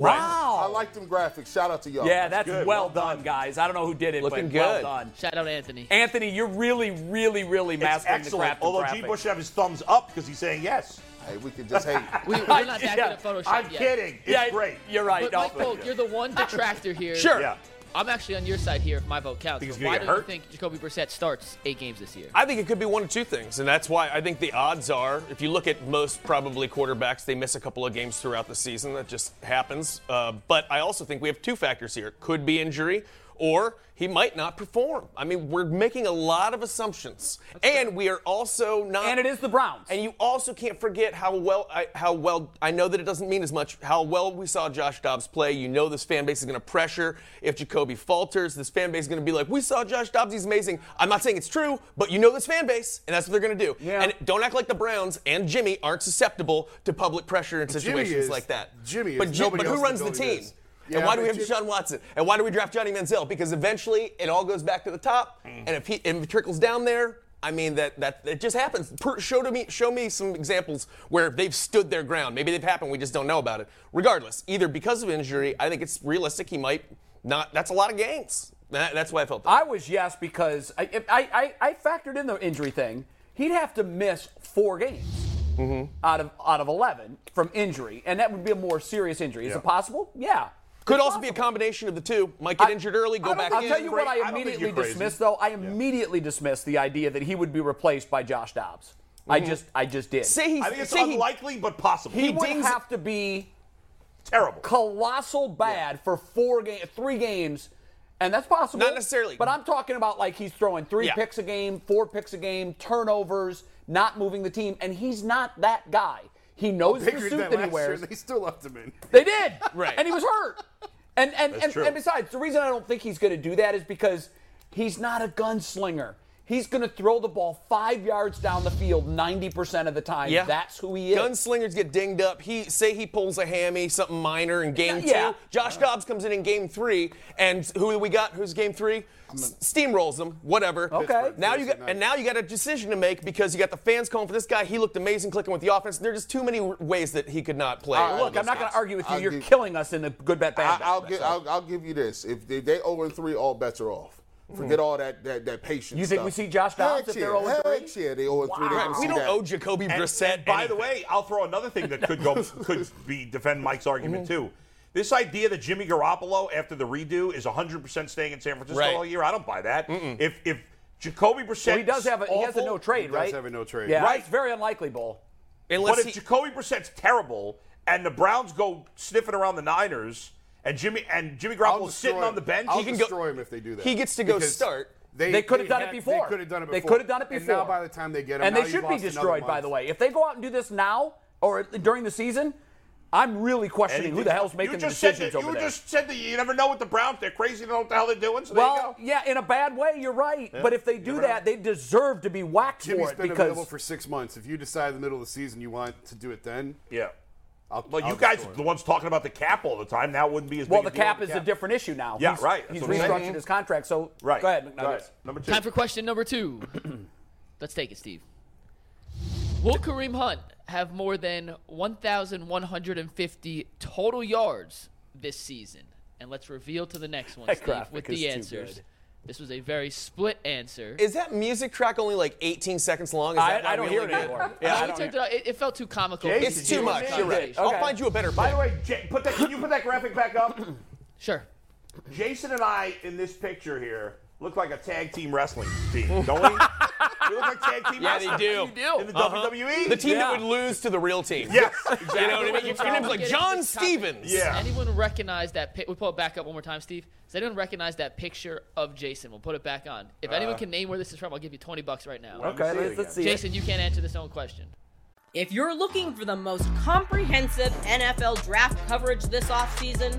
I like them graphics. Shout out to y'all. Yeah, that's well, done, guys. I don't know who did it, Looking but well good. done. Shout out Anthony. Anthony, you're really, really, really It's mastering the excellent. craft. of Although G. graphics. Bush should have his thumbs up because he's saying yes. Hey, we could just hate. We, we're not that good at Photoshop I'm yet. kidding. It's great. But Mike Polk, you're the one detractor here. Sure. Yeah. I'm actually on your side here if my vote counts. Think he's gonna but Why get do you hurt? think Jacoby Brissett starts eight games this year? I think it could be one of two things, and that's why I think the odds are, if you look at most probably quarterbacks, they miss a couple of games throughout the season. That just happens. Uh, but I also think we have two factors here: It could be injury, or he might not perform. I mean, we're making a lot of assumptions, and we are also not. And it is the Browns. And you also can't forget how well, I, how well. I know that it doesn't mean as much. How well we saw Josh Dobbs play. You know, this fan base is going to pressure. If Jacoby falters, this fan base is going to be like, "We saw Josh Dobbs. He's amazing." I'm not saying it's true, but you know this fan base, and that's what they're going to do. And don't act like the Browns and Jimmy aren't susceptible to public pressure in Jimmy situations is- like that. Jimmy is. But, Ji- Nobody but else who in runs the the building team? is. and Yeah, why do we but have Jim- Deshaun Watson? And why do we draft Johnny Manziel? Because eventually it all goes back to the top, Mm. and if he and it trickles down there, I mean that that it just happens. Per, show to me, show me some examples where they've stood their ground. Maybe they've happened, we just don't know about it. Regardless, either because of injury, I think it's realistic he might not. That's a lot of games. That- that's why I felt. That. I was yes because I, if- I, I, I factored in the injury thing. He'd have to miss four games Mm-hmm. out of out of eleven from injury, and that would be a more serious injury. Is Yeah. it possible? Yeah. Could also be a combination of the two. Might get injured early, go I don't- back I'll in. tell you what Great. I don't think immediately you're crazy. dismissed, though. I immediately dismissed the idea that he would be replaced by Josh Dobbs. I Mhm. just, I just did. Say he's- I think it's say he- unlikely but possible. He, would have to be terrible, colossal bad for four game, three games, and that's possible. Not necessarily. but I'm talking about like he's throwing three Yeah. picks a game, four picks a game, turnovers, not moving the team, and he's not that guy. He knows They the agreed suit that that he last year, wears. They still left him in. They did. Right. And he was hurt. And and, That's and, true. and besides, the reason I don't think he's going to do that is because he's not a gunslinger. He's going to throw the ball five yards down the field 90% of the time. Yeah. That's who he is. Gunslingers get dinged up. He say he pulls a hammy, something minor in game Yeah. two. Josh Dobbs comes in in game three, and who do we got? Who's game three? S- steamrolls him. Whatever. Okay. Now you got and now you got a decision to make because you got the fans calling for this guy. He looked amazing clicking with the offense. There are just too many w- ways that he could not play. All right, all look, those I'm not going games. to argue with you. I'll You're give- killing us in the good bet bad. I, bet. I'll, give, I'll, I'll give you this. If they, they 0 and 3, all bets are off. Forget all that that, that patience. Mm. You think we stuff. see Josh Dobbs Heck if they're 0 yeah, and 3? heck yeah, they 0 and 3. They Right, can we see don't that. owe Jacoby And- Brissett and by the way, I'll throw another thing that could go could be defend Mike's argument Mm-hmm. too. This idea that Jimmy Garoppolo after the redo is 100% staying in San Francisco Right. all year, I don't buy that. If if Jacoby Brissett, Well, he does have a, he has a no trade, right? Yeah, right? it's very unlikely, Bull. Unless but if he- Jacoby Brissett's terrible and the Browns go sniffing around the Niners and Jimmy and Jimmy Garoppolo's sitting on the bench, I'll destroy him if they do that. he gets to go Because start. They, They could've done it had- before. They could have done it They before. could've done it And now before. by the time they get him, And now they you've should be lost another destroyed, by month. the way. If they go out and do this now or during the season, I'm really questioning And who the hell's making you the just said decisions that- over you there. just said that you never know what the Browns, they're crazy, they don't know what the hell they're doing, so there you well, go. yeah, in a bad way, you're right. Yeah, But if they you do never that, they deserve to be whacked Jimmy's for it been because available for six months. If you decide in the middle of the season you want to do it, then yeah. I'll, Well, I'll you guys destroy are it. the ones talking about the cap all the time. Now wouldn't be as well, big the a deal cap with is the a different issue now. Yeah, he's, right, that's He's what I'm saying. restructured his contract, so Right, go ahead, McNuggets. right. Number two. Time for question number two. Let's take it, Steve. Will Kareem Hunt have more than 1,150 total yards this season? And let's reveal to the next one, That Steve, graphic with is the too answers. good. This was a very split answer. Is that music track only like 18 seconds long? Is I- that why I don't we hear only it get- anymore. Yeah, No, I we don't took hear- it out. It, it felt too comical. it's too much. You're right. I'll find you a better. By the way, J- put that. Can you put that graphic back up? sure. Jason and I in this picture here look like a tag team wrestling team, don't we? we look like tag team Yeah, they wrestling. do. In the Uh-huh. WWE? The team that Yeah. would lose to the real team. Yes, You know what I mean? Your name's like John Stevens. Does anyone recognize that? Pi- we pull it back up one more time, Steve. Does anyone recognize that picture of Jason? We'll put it back on. If anyone Uh, can name where this is from, I'll give you 20 bucks right now. Let me Okay, see it let's- let's again. see it. Jason, you can't answer this own question. If you're looking for the most comprehensive NFL draft coverage this offseason,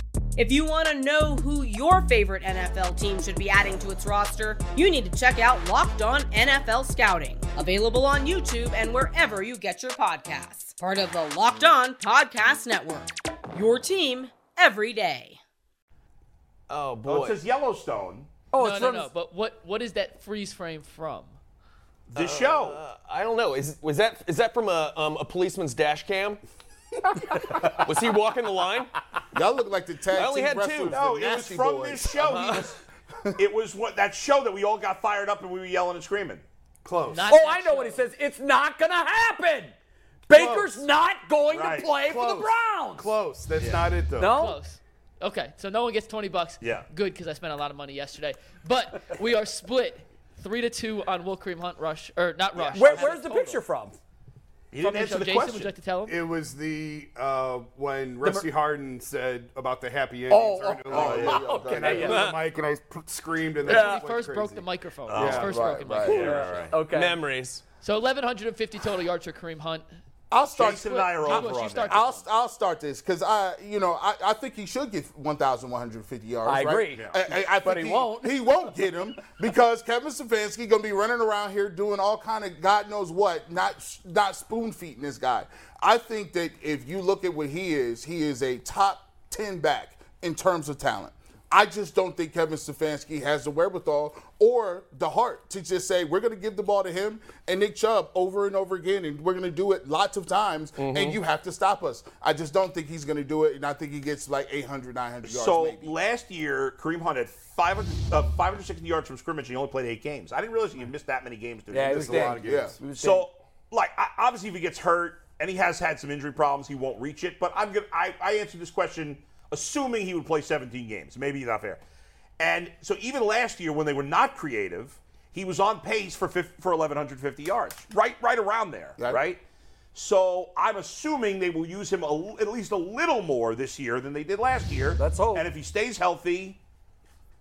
If you want to know who your favorite NFL team should be adding to its roster, you need to check out Locked On NFL Scouting, available on YouTube and wherever you get your podcasts. Part of the Locked On Podcast Network. Your team every day. Oh boy. it says Yellowstone. Oh, no, no, no. But what what is that freeze frame from? The show. Uh, I don't know. Is was that is that from a um, a policeman's dash cam? was he walking the line? Y'all look like the tag I only team had two. Uh-huh. wrestlers, No, the it was Nasty from Boys. this show. He was- it was what that show that we all got fired up and we were yelling and screaming. Close. oh, I know what he says. It's not going to happen. Baker's not going Right. to play for the Close. Browns. Close. That's Yeah. not it though. No? Close. Okay, so no one gets 20 bucks. Yeah. Good, because I spent a lot of money yesterday. But we are split three to two on Will Cream Hunt Rush, or not Rush. Where, as a where's the total. picture from? He From the show. Jason, would you like to tell him? It was the uh, when Rusty Harden said about the happy endings. Oh, or- oh, oh, yeah, okay, and I yeah. put the mic and I p- screamed and then Yeah. it He went first broke crazy. the microphone. Yeah, His first right, broken right, microphone. yeah, right, right. Memories. So 1,150 total yards for Kareem Hunt. I'll start. Jason and I are Wait, over Josh, you on start that. I'll, I'll start this because I, you know, I, I think he should get 1,150 yards. I right? agree. Yeah. I, I, I But think he won't. He won't get him because Kevin Stefanski gonna be running around here doing all kind of God knows what, not not spoon feeding this guy. I think that if you look at what he is, he is a top 10 back in terms of talent. I just don't think Kevin Stefanski has the wherewithal or the heart to just say we're going to give the ball to him and Nick Chubb over and over again, and we're going to do it lots of times, and you have to stop us. I just don't think he's going to do it, and I think he gets like 800, 900 yards. So maybe. last year, Kareem Hunt had 500, uh, 560 yards from scrimmage, and he only played eight games. I didn't realize he had missed that many games. Dude. Yeah, he he was dead. Yeah. He was So, like, I, obviously, if he gets hurt and he has had some injury problems, he won't reach it. But I'm gonna, I, I answered this question assuming he would play 17 games. Maybe not fair. And so even last year, when they were not creative, he was on pace for 50, for 1150 yards, right, right around there, right. So I'm assuming they will use him a l at least a little more this year than they did last year. That's hope. And if he stays healthy,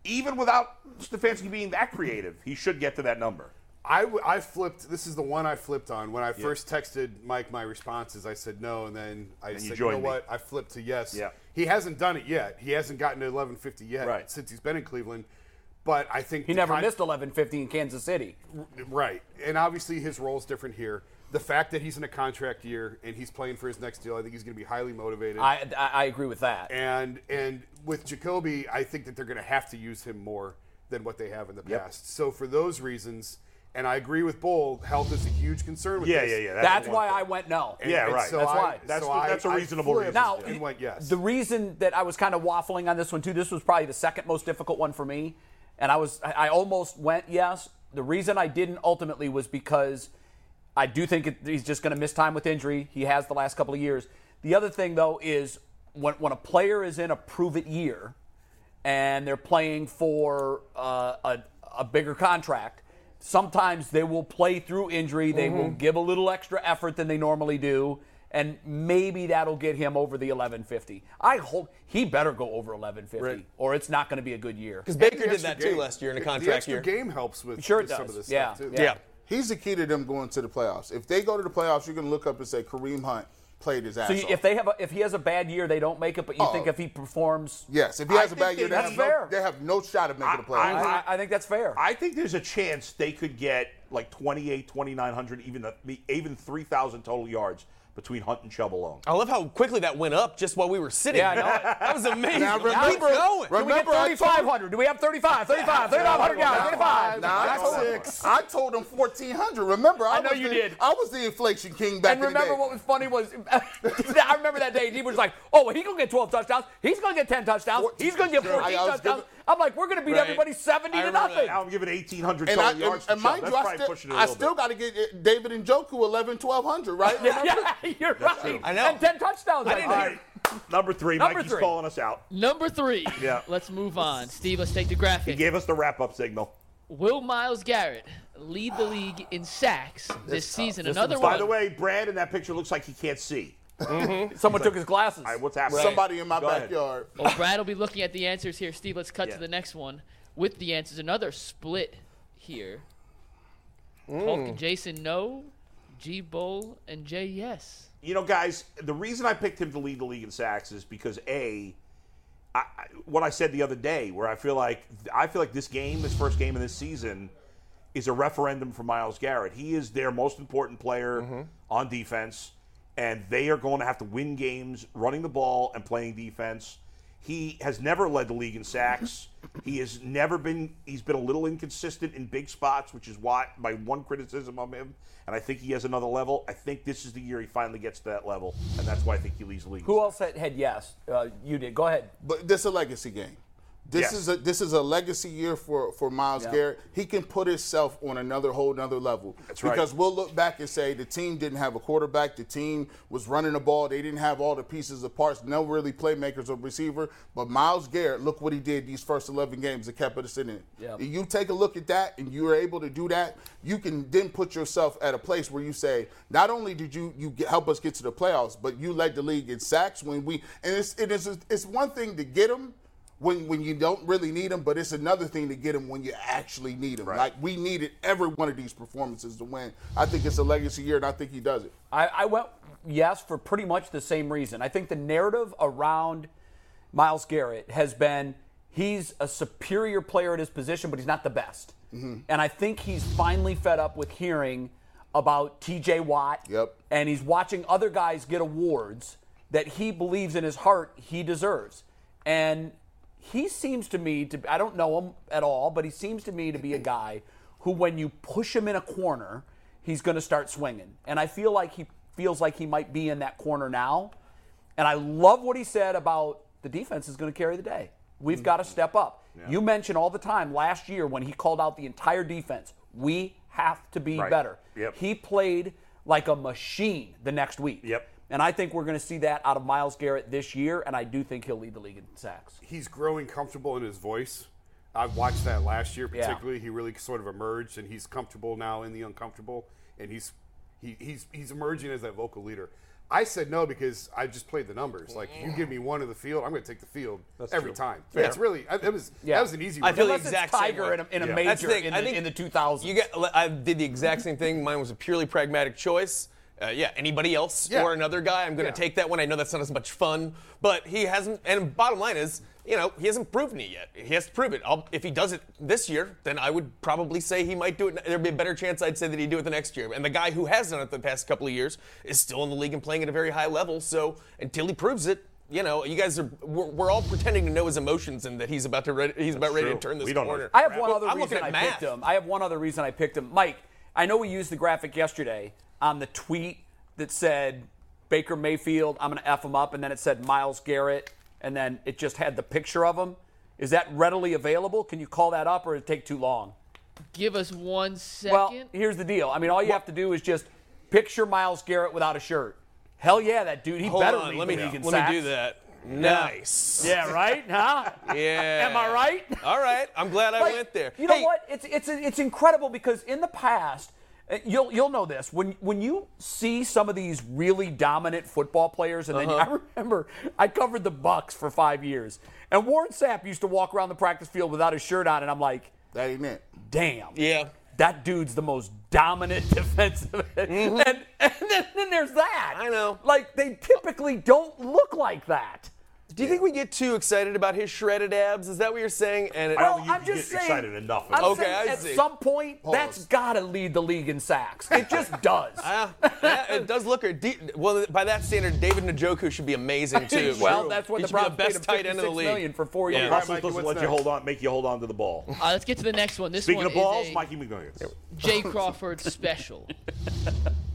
even without Stefanski being that creative, he should get to that number. I, w- I flipped. This is the one I flipped on when I first texted Mike my responses. I said no, and then I And you said, you know joined me. what? I flipped to yes. Yeah. He hasn't done it yet. He hasn't gotten to 1150 yet since he's been in Cleveland. But I think He the never con- missed 11:50 in Kansas City. Right. And obviously his role's different here. The fact that he's in a contract year and he's playing for his next deal, I think he's going to be highly motivated. I, I I agree with that. and and with Jacoby, I think that they're going to have to use him more than what they have in the Yep. past. So for those reasons, and I agree with Bull, health is a huge concern with Yeah, this. yeah, yeah, That's why I went no. And- and so that's I- why. so I- I flipped Now, and went yes. the reason that I was kind of waffling on this one too, this was probably the second most difficult one for me, and I was I I almost went yes. The reason I didn't ultimately was because I do think it, he's just going to miss time with injury. He has the last couple of years. The other thing though is when when a player is in a prove it year, and they're playing for uh, a, a bigger contract, sometimes they will play through injury. They will Mm-hmm. Mhm. give a little extra effort than they normally do, and maybe that'll get him over the 1150. I hope he better go over 1150, or it's not going to be a good year. Because Baker did that too last year in a contract year. game helps with, Sure it with some of does. this Yeah, stuff too. yeah. Yeah. He's the key to them going to the playoffs. If they go to the playoffs, you can look up and say Kareem Hunt played his ass So you, off. if they have a, if he has a bad year, they don't make it. But you think if he performs, yes, if he I has a think bad year, they- they that's have, fair. no, they have no shot at making the playoffs. I think that's fair. I think there's a chance they could get like 28, 2900, even the, the even 3,000 total yards between Hunt and Chubb alone. I love how quickly that went up just while we were sitting. Yeah, I know. that was amazing. Now, Keep remember- going. Do we get 3,500? Do we have 35, 35, 3,500 yards, 35? Nah, I, told, I told him 1,400. Remember, I, know was you the, did. I was the inflation king back And in the day. remember what was funny was I remember that day he was like, "Oh, well, he's gonna get 12 touchdowns. He's gonna get 10 touchdowns. He's gonna get Sure, 14 I- I was touchdowns." giving- I'm like, "We're gonna beat Right. everybody 70 I to remember nothing." that. Now I'm giving 1,800 And, total I, and, yards to and Chubb. mind That's you, I probably pushing still, it a I little still bit. got to get uh, David and Joku 11, 1,200, right? yeah, you're That's right. true. I know. And 10 touchdowns. I I didn't thought. hear- Number three, Number Mikey's three. calling us out. Number three. Yeah. Let's move on. Steve, let's take the graphic. He gave us the wrap up signal. Will Miles Garrett lead the league in sacks this, season? Another By one. the way, Brad in that picture looks like he can't see. Mm-hmm. Mhm. Someone took his glasses. All right, what's happening? Somebody in my Go ahead. Oh, backyard. Well, Brad will be looking at the answers here. Steve, let's cut Yeah. to the next one with the answers. Another split here. Mm. Hulk and Jason, no. G Bull and J, yes. You know, guys, the reason I picked him to lead the league in sacks is because a, I, I- what I said the other day, where I feel like I feel like this game, this first game of this season, is a referendum for Miles Garrett. He is their most important player Mm-hmm. on defense, and they are going to have to win games running the ball and playing defense. He has never led the league in sacks. He has never been. He's been a little inconsistent in big spots, which is why my one criticism of him. And I think he has another level. I think this is the year he finally gets to that level, and that's why I think he leads the league. Who else had, had yes? Uh, you did. Go ahead. But this is a legacy game. This Yes. is a this is a legacy year for for Miles Yeah. Garrett. He can put himself on another whole another level. That's right. because we'll look back and say the team didn't have a quarterback. The team was running the ball. They didn't have all the pieces of parts. No really playmakers or receiver. But Miles Garrett, look what he did these first 11 games that kept us in it. Yeah. You take a look at that, and you are able to do that. You can then put yourself at a place where you say, not only did you you get, help us get to the playoffs, but you led the league in sacks when we. And it's it is it's one thing to get them when when you don't really need them, but it's another thing to get them when you actually need them. Like we needed every one of these performances to win. I think it's a legacy year, and I think he does it. I, I went yes for pretty much the same reason. I think the narrative around Miles Garrett has been he's a superior player at his position, but he's not the best. And I think he's finally fed up with hearing about TJ Watt. Yep. And he's watching other guys get awards that he believes in his heart he deserves. And he seems to me to I don't know him at all, but he seems to me to be a guy who when you push him in a corner, he's going to start swinging. And I feel like he feels like he might be in that corner now. And I love what he said about the defense is going to carry the day. We've got to Mm-hmm. step up. You mention all the time last year when he called out the entire defense, we have to be Right. better. Yep. He played like a machine the next week. Yep. And I think we're going to see that out of Miles Garrett this year, and I do think he'll lead the league in sacks. he's growing comfortable in his voice. I watched that last year, Yeah. particularly. He really sort of emerged, and he's comfortable now in the uncomfortable, and he's he, he's he's emerging as that vocal leader. I said no because I just played the numbers. Like you give me one of the field, I'm going to take the field every true. time. Fair. That's really I, that was that was an easy. I one. feel the exact same Tiger way. in a- in a That's the major thing. in I the- think in the 2000s. You get, I did the exact same thing. Mine was a purely pragmatic choice. Uh, yeah, anybody else Yeah. or another guy, I'm going to Yeah. take that one. I know that's not as much fun, but he hasn't. And bottom line is, you know, he hasn't proven it yet. He has to prove it. I'll, if he does it this year, then I would probably say he might do it. There'd be a better chance I'd say that he'd do it the next year. And the guy who has done it the past couple of years is still in the league and playing at a very high level. So until he proves it, you know, you guys are we're, we're all pretending to know his emotions and that he's about to ready, he's about ready true. to turn this We don't know corner. I have one Well, other I'm reason looking I at math. picked him. I have one other reason I picked him. Mike, I know we used the graphic yesterday on the tweet that said Baker Mayfield, I'm going to F him up, and then it said Miles Garrett, and then it just had the picture of him. Is that readily available? Can you call that up or it take too long? Give us one second. Well, here's the deal. I mean, all you have to do is just picture Miles Garrett without a shirt. Hell yeah, that dude. He Hold better on, lead let me the league in let me sacks. do that. Nice. Yeah, right? Huh? Yeah. Am I right? All right. I'm glad I Like, went there. You know what? It's it's it's incredible because in the past, uh, you'll you'll know this when when you see some of these really dominant football players, and then Uh-huh. I remember I covered the Bucks for five years, and Warren Sapp used to walk around the practice field without his shirt on, and I'm like, that ain't it. Damn. Yeah. That dude's the most dominant defensive end. Mm-hmm. And, and then, then there's that. I know. Like, they typically don't look like that. Do you think we get too excited about his shredded abs? Is that what you're saying? And Well, I'm just saying. I'm okay, saying I at see. some point, Pause. that's got to lead the league in sacks. It just does. Ah, yeah, it does look. De- well, by that standard, David Njoku should be amazing too. Well, that's what He the should be Browns paid best him tight end of the 56 league. million for four Yeah, years. Russell's supposed to let you hold on, make you hold on to the ball. Uh, let's get to the next one. This Speaking one of balls, is a Mikey McGuigan. Jay Crawford special.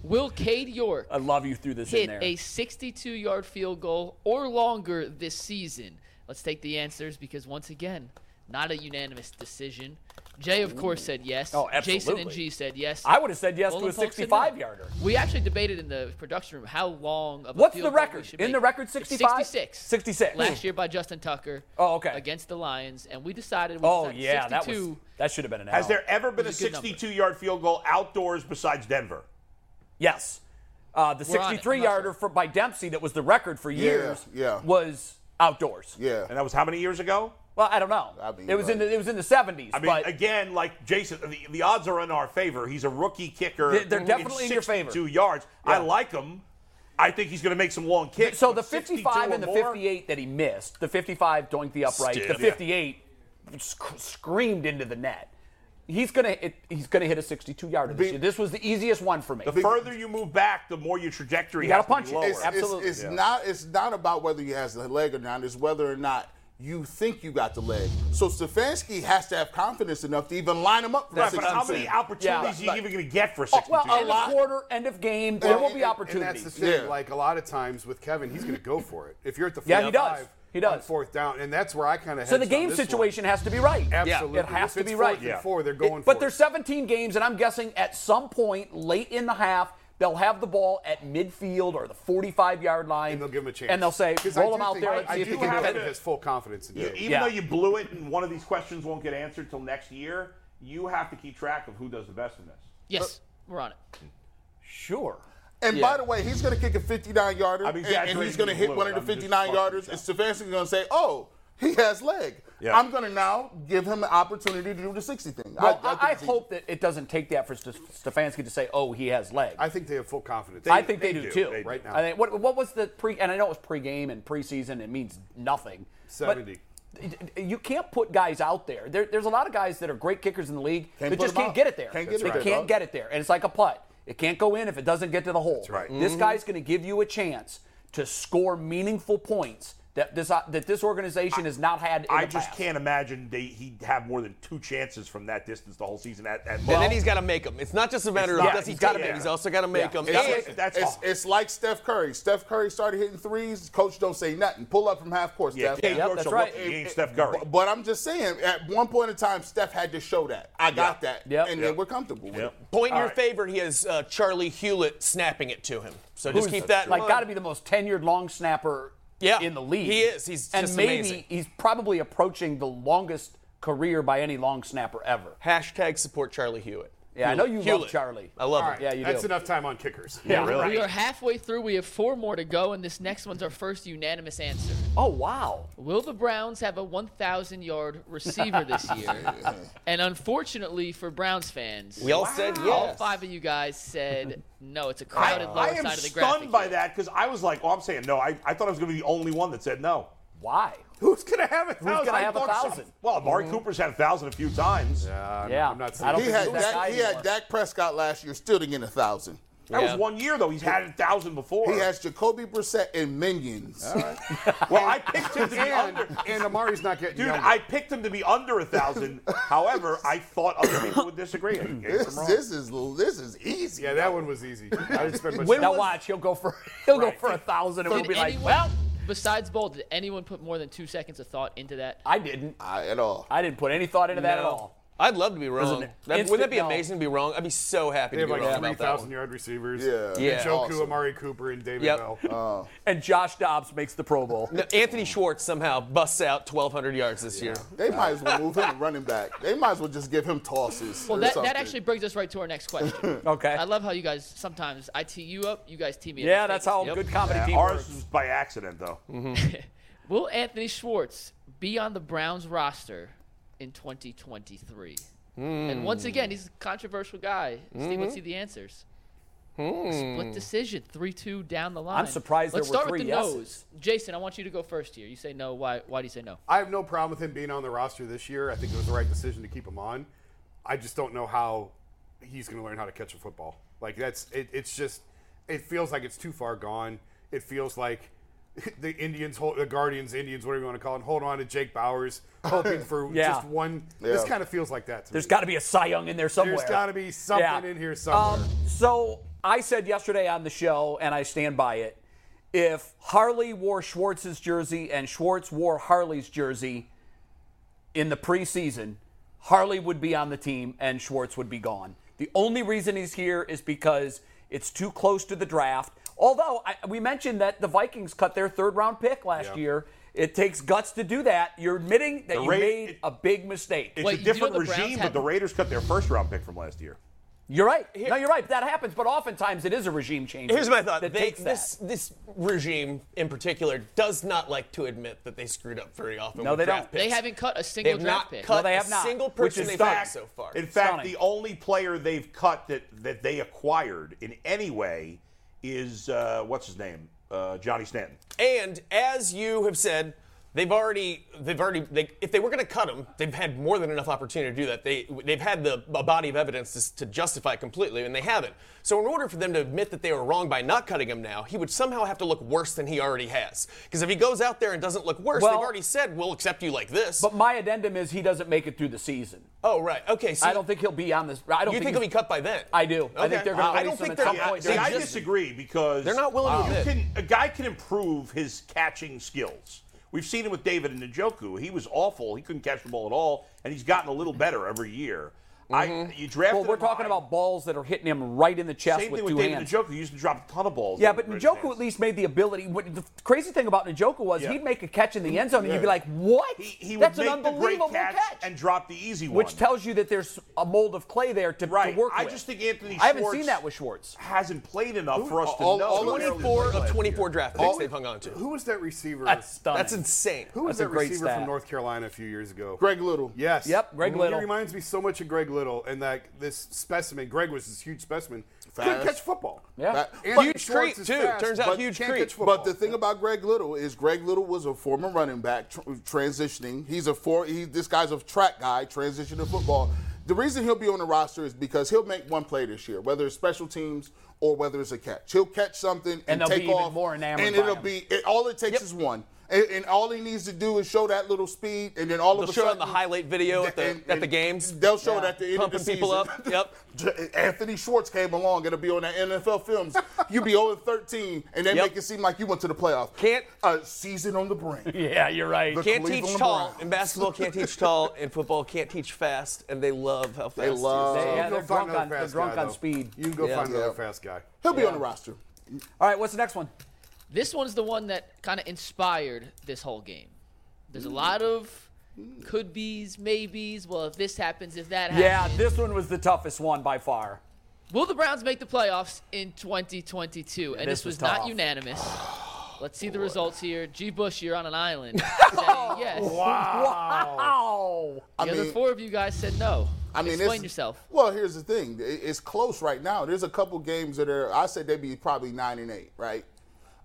Will Cade York I love you threw this in hit there. a 62-yard field goal or longer this season? Let's take the answers because once again, not a unanimous decision. Jay, of course, said yes. Oh, Jason and absolutely. G said yes. I would've said yes to Olin a Polk said 65 yarder. We actually debated in the production room how long of a What's field the goal we record? should In the make. record, It's 65? 66. 66. Last year by Justin Tucker. Oh, okay. Against the Lions, and we decided. We Oh, decided yeah. That, was, 62. that should have been an Has out. there ever been It a was a good number. 62 yard field goal outdoors besides Denver? Yes. Uh, the We're on it. I'm not 63 yarder for, by Dempsey that was the record for years yeah. was outdoors. Yeah. And that was how many years ago? Well, I don't know. mean, it was in like- the, it was in the 70s. I mean, but again, like Jason, the, the odds are in our favor. He's a rookie kicker. They're- they're definitely in your favor. Two yards. I like him. I think he's going to make some long kicks. so the but 62 55 and the or more? 58 that he missed, the 55 doinked the upright, Still, the yeah. 58 sc- screamed into the net. He's gonna hit, he's gonna hit a 62 yarder this year. This was the easiest one for me. The further you move back, the more your trajectory You gotta has to punch be it. lower. It's- it's- Absolutely. It's Yeah. not. It's not about whether you has the leg or not. It's whether or not you think you got the leg. So Stefanski has to have confidence enough to even line him up for Right, a but how 62. many opportunities Yeah. are you even going to get for Oh, 62? well, yards? end of quarter, end of game, there And- will be and- opportunities. And that's the thing. Yeah. Like a lot of times with Kevin, he's going to go for it. If you're at the Yeah, he does. 45 He does. on fourth down, and that's where I kind of So the game situation has to be right. Absolutely. It has If to it's be right. fourth and four, they're going But for there's it. 17 games, and I'm guessing at some point late in the half, they'll have the ball at midfield or the 45 yard line. And they'll give him a chance. And they'll say, 'Cause I roll do them out think- there I- and I see if do you can have do it. it. has full confidence in You- you. even though you blew it and one of these questions won't get answered till next year, you have to keep track of who does the best in this. Yes, we're on it. Sure. And Yeah. by the way, he's going to kick a 59 yarder, I'm and, and he's going to exaggerating hit blue. one of the I'm just 59 fucking yarders. And Stefanski's going to say, "Oh, he has leg." Yeah. I'm going to now give him an opportunity to do the 60 thing. Well, I, think I, it's easy. hope that it doesn't take that for St- Stefanski to say, "Oh, he has leg." I think they have full confidence. I think they, do, too. They right now. I think, what, what was the pre? And I know it was pre-game and preseason. It means nothing. but 70. You can't put guys out there. there. There's a lot of guys that are great kickers in the league Can't that put just them can't out. get it there. Can't get they it there, can't dog. get it there, and it's like a putt. It can't go in if it doesn't get to the hole. That's right. This guy's going to give you a chance to score meaningful points that this that this organization has not had. In I the just past. can't imagine they he'd have more than two chances from that distance the whole season. At, at and then he's got to make them. It's not just a matter It's of not- does he he's gotta take make them. 'em. He's also got to make Yeah. them. It's- It's, That's it's, all. it's like Steph Curry. Steph Curry started hitting threes. Coach don't say nothing. Pull up from half court, Yeah, Steph. Kate York's a rookie. He ain't Steph Curry. But, but I'm just saying, at one point in time, Steph had to show that. I got that. Yep. And Yep. then we're comfortable with it. Point in All your right. favor, he has uh, Charlie Hewlett snapping it to him. So just Who's- keep that. in Like, mind. got to be the most tenured long snapper Yeah, in the league. he is. He's and just maybe amazing. he's probably approaching the longest career by any long snapper ever. Hashtag support Charlie Hewitt. Yeah, I know you love Hewlett. Charlie. I love All him. right, yeah, you That's do. enough time on kickers. We are halfway through. We have four more to go, and this next one's our first unanimous answer. Oh wow! Will the Browns have a 1,000 yard receiver this year? and unfortunately for Browns fans, We all Wow. said All yes. five of you guys said no. It's a I, crowded I lower am side of the graphic. stunned by that because I was like, oh, I'm saying no. I, I thought I was going to be the only one that said no. Why? Who's going to have a thousand? gonna I have a thought so. thousand? Mm-hmm. Well, Amari Cooper's had a thousand a few times. I'm, Yeah. I'm not I saying don't He think had, he's that guy Dak, he anymore. had Dak Prescott last year, still to get a thousand. That Yeah. was one year though. He's had a thousand before. He has Jacoby Brissett and minions. well, I Mm-hmm. picked him to be and, under. and Amari's not getting Dude, younger. I picked him to be under a thousand. However, I thought other people would disagree. I guess I'm This, wrong. this is this is easy. yeah, that one was easy. I didn't spend much When Now time. watch, he'll go for he'll go for a thousand, and we'll Did be like, anyone- well, besides Bowl, did anyone put more than two seconds of thought into that? I didn't. I, at all. I didn't put any thought into that at No. all. I'd love to be wrong. Doesn't- That, Instant wouldn't that be no. amazing to be wrong? I'd be so happy They to have be like wrong about that. 3,000 one. yard receivers. Yeah. Yeah. Njoku, Awesome. Amari Cooper, and David Bell. Yep. and Josh Dobbs makes the Pro Bowl. Anthony Schwartz somehow busts out 1,200 yards this year. They might as well move him to running back. They might as well just give him tosses. Well, or that, something. that actually brings us right to our next question. okay. I love how you guys sometimes I tee you up, you guys tee me up. Yeah, It's that's like- how good comedy Yeah, team ours works. Mm-hmm. was by accident, though. Will Anthony Schwartz be on the Browns roster in 2023? And once Hmm. again, he's a controversial guy. Steve, let's Mm-hmm. Mhm. see the answers. Hmm. Split decision, three-two down the line. I'm surprised there Let's were start three with the yeses. nose. Jason, I want you to go first here. You say no. Why? Why do you say no? I have no problem with him being on the roster this year. I think it was the right decision to keep him on. I just don't know how he's going to learn how to catch a football. Like that's it, it's just it feels like it's too far gone. It feels like the Indians, hold, the Guardians, Indians, whatever you want to call it, hold on to Jake Bowers, hoping for Yeah. just one. This Yeah. kind of feels like that to There's me. got to be a Cy Young in there somewhere. There's got to be something in here somewhere. Um, so I said yesterday on the show, and I stand by it. If Harley wore Schwartz's jersey and Schwartz wore Harley's jersey in the preseason, Harley would be on the team and Schwartz would be gone. The only reason he's here is because it's too close to the draft. Although I, we mentioned that the Vikings cut their third round pick last Yeah. year. It takes guts to do that. You're admitting that The you Ra- made a big mistake. It's a different regime, but the Raiders cut their first round pick from last year. You're right. No, you're right. That happens, but oftentimes it is a regime change. Here's my thought. That They, takes that. this this regime in particular does not like to admit that they screwed up very often. No, with they don't. draft Picks. They haven't cut a single have draft not pick. cut No, they a have not. single Which person is they've had stunning. so far. In fact, Stunning. the only player they've cut that, that they acquired in any way is uh, what's his name, uh, Johnny Stanton. And as you have said, they've already they've already they, if they were going to cut him, they've had more than enough opportunity to do that. They they've had the a body of evidence to, to justify completely, and they haven't. So in order for them to admit that they were wrong by not cutting him now, he would somehow have to look worse than he already has. Because if he goes out there and doesn't look worse, Well- they've already said we'll accept you like this. But my addendum is he doesn't make it through the season. Oh right, okay. So I don't think he'll be on this. I don't you think, think he'll be cut by then? I do. I think Okay. they're going to. I don't think him at they're- some point. yeah, during See, I the season. disagree because They're not willing to you admit. can- a guy can improve his catching skills. We've seen it with David and Njoku. He was awful. He couldn't catch the ball at all, and he's gotten a little better every year. I you drafted. Well, we're him talking high. about balls that are hitting him right in the chest Same with thing with two David hands. Njoku. He used to drop a ton of balls. Yeah, in but his Njoku hands. at least made the ability. What, the crazy thing about Njoku was Yeah. he'd make a catch in the end zone, and Yeah. you'd be like, "What? He would That's make an the great unbelievable catch, and drop the easy one. Which tells you that there's a mold of clay there to, to right. work I with. just think Anthony. I haven't Schwartz seen that with Schwartz. Hasn't played enough for us to all- know. all of their 24 of 24 draft picks All- they've hung on to. Who was that receiver? That's stunning. That's insane. Who was That's a that great receiver stat. from North Carolina a few years ago? Greg Little. Yes. Yep, Greg Little. He reminds me so much of Greg Little and that this specimen. Greg was this huge specimen. Couldn't Fast. catch football. That- Anthony But- Schwartz is fast, but can't catch football. But the thing about Greg Little is Greg Little was a former running back tr- transitioning. He's a four. He, this guy's a track guy transitioning to football. The reason he'll be on the roster is because he'll make one play this year, whether it's special teams or whether it's a catch. He'll catch something And and, they'll take be even off, more enamored and by it'll him. be it, all it takes is one. And, and all he needs to do is show that little speed, and then all They'll of a show it on sudden the highlight video at the and- at the and games. They'll show it at the end pumping of the people season. up. Yep. J- Anthony Schwartz came along. It'll be on that NFL films. You be 0 13, and they Yep. make it seem like you went to the playoff. Can't a season on the brink. Yeah, you're right. The can't Cleveland teach tall Browns. in basketball. Can't teach tall in football. Can't teach fast, and they love how fast. he is. love- They- yeah, Go they're find drunk another on, they're fast drunk guy, on though. speed. You can go Yeah. find another Yeah. fast guy. He'll be on the roster. All right, what's the next one? This one's the one that kind of inspired this whole game. There's a lot of could be's, maybes. Well, if this happens, if that Yeah, happens. this one was the toughest one by far. Will the Browns make the playoffs in 2022? and this this was was not tough. unanimous. Let's see the results here. G. Bush, you're on an island. saying yes. Wow. The I other mean- four of you guys said no. I mean, explain it's- yourself. Well, here's the thing. It- It's close right now. There's a couple games that are. I said they'd be probably nine and eight, right?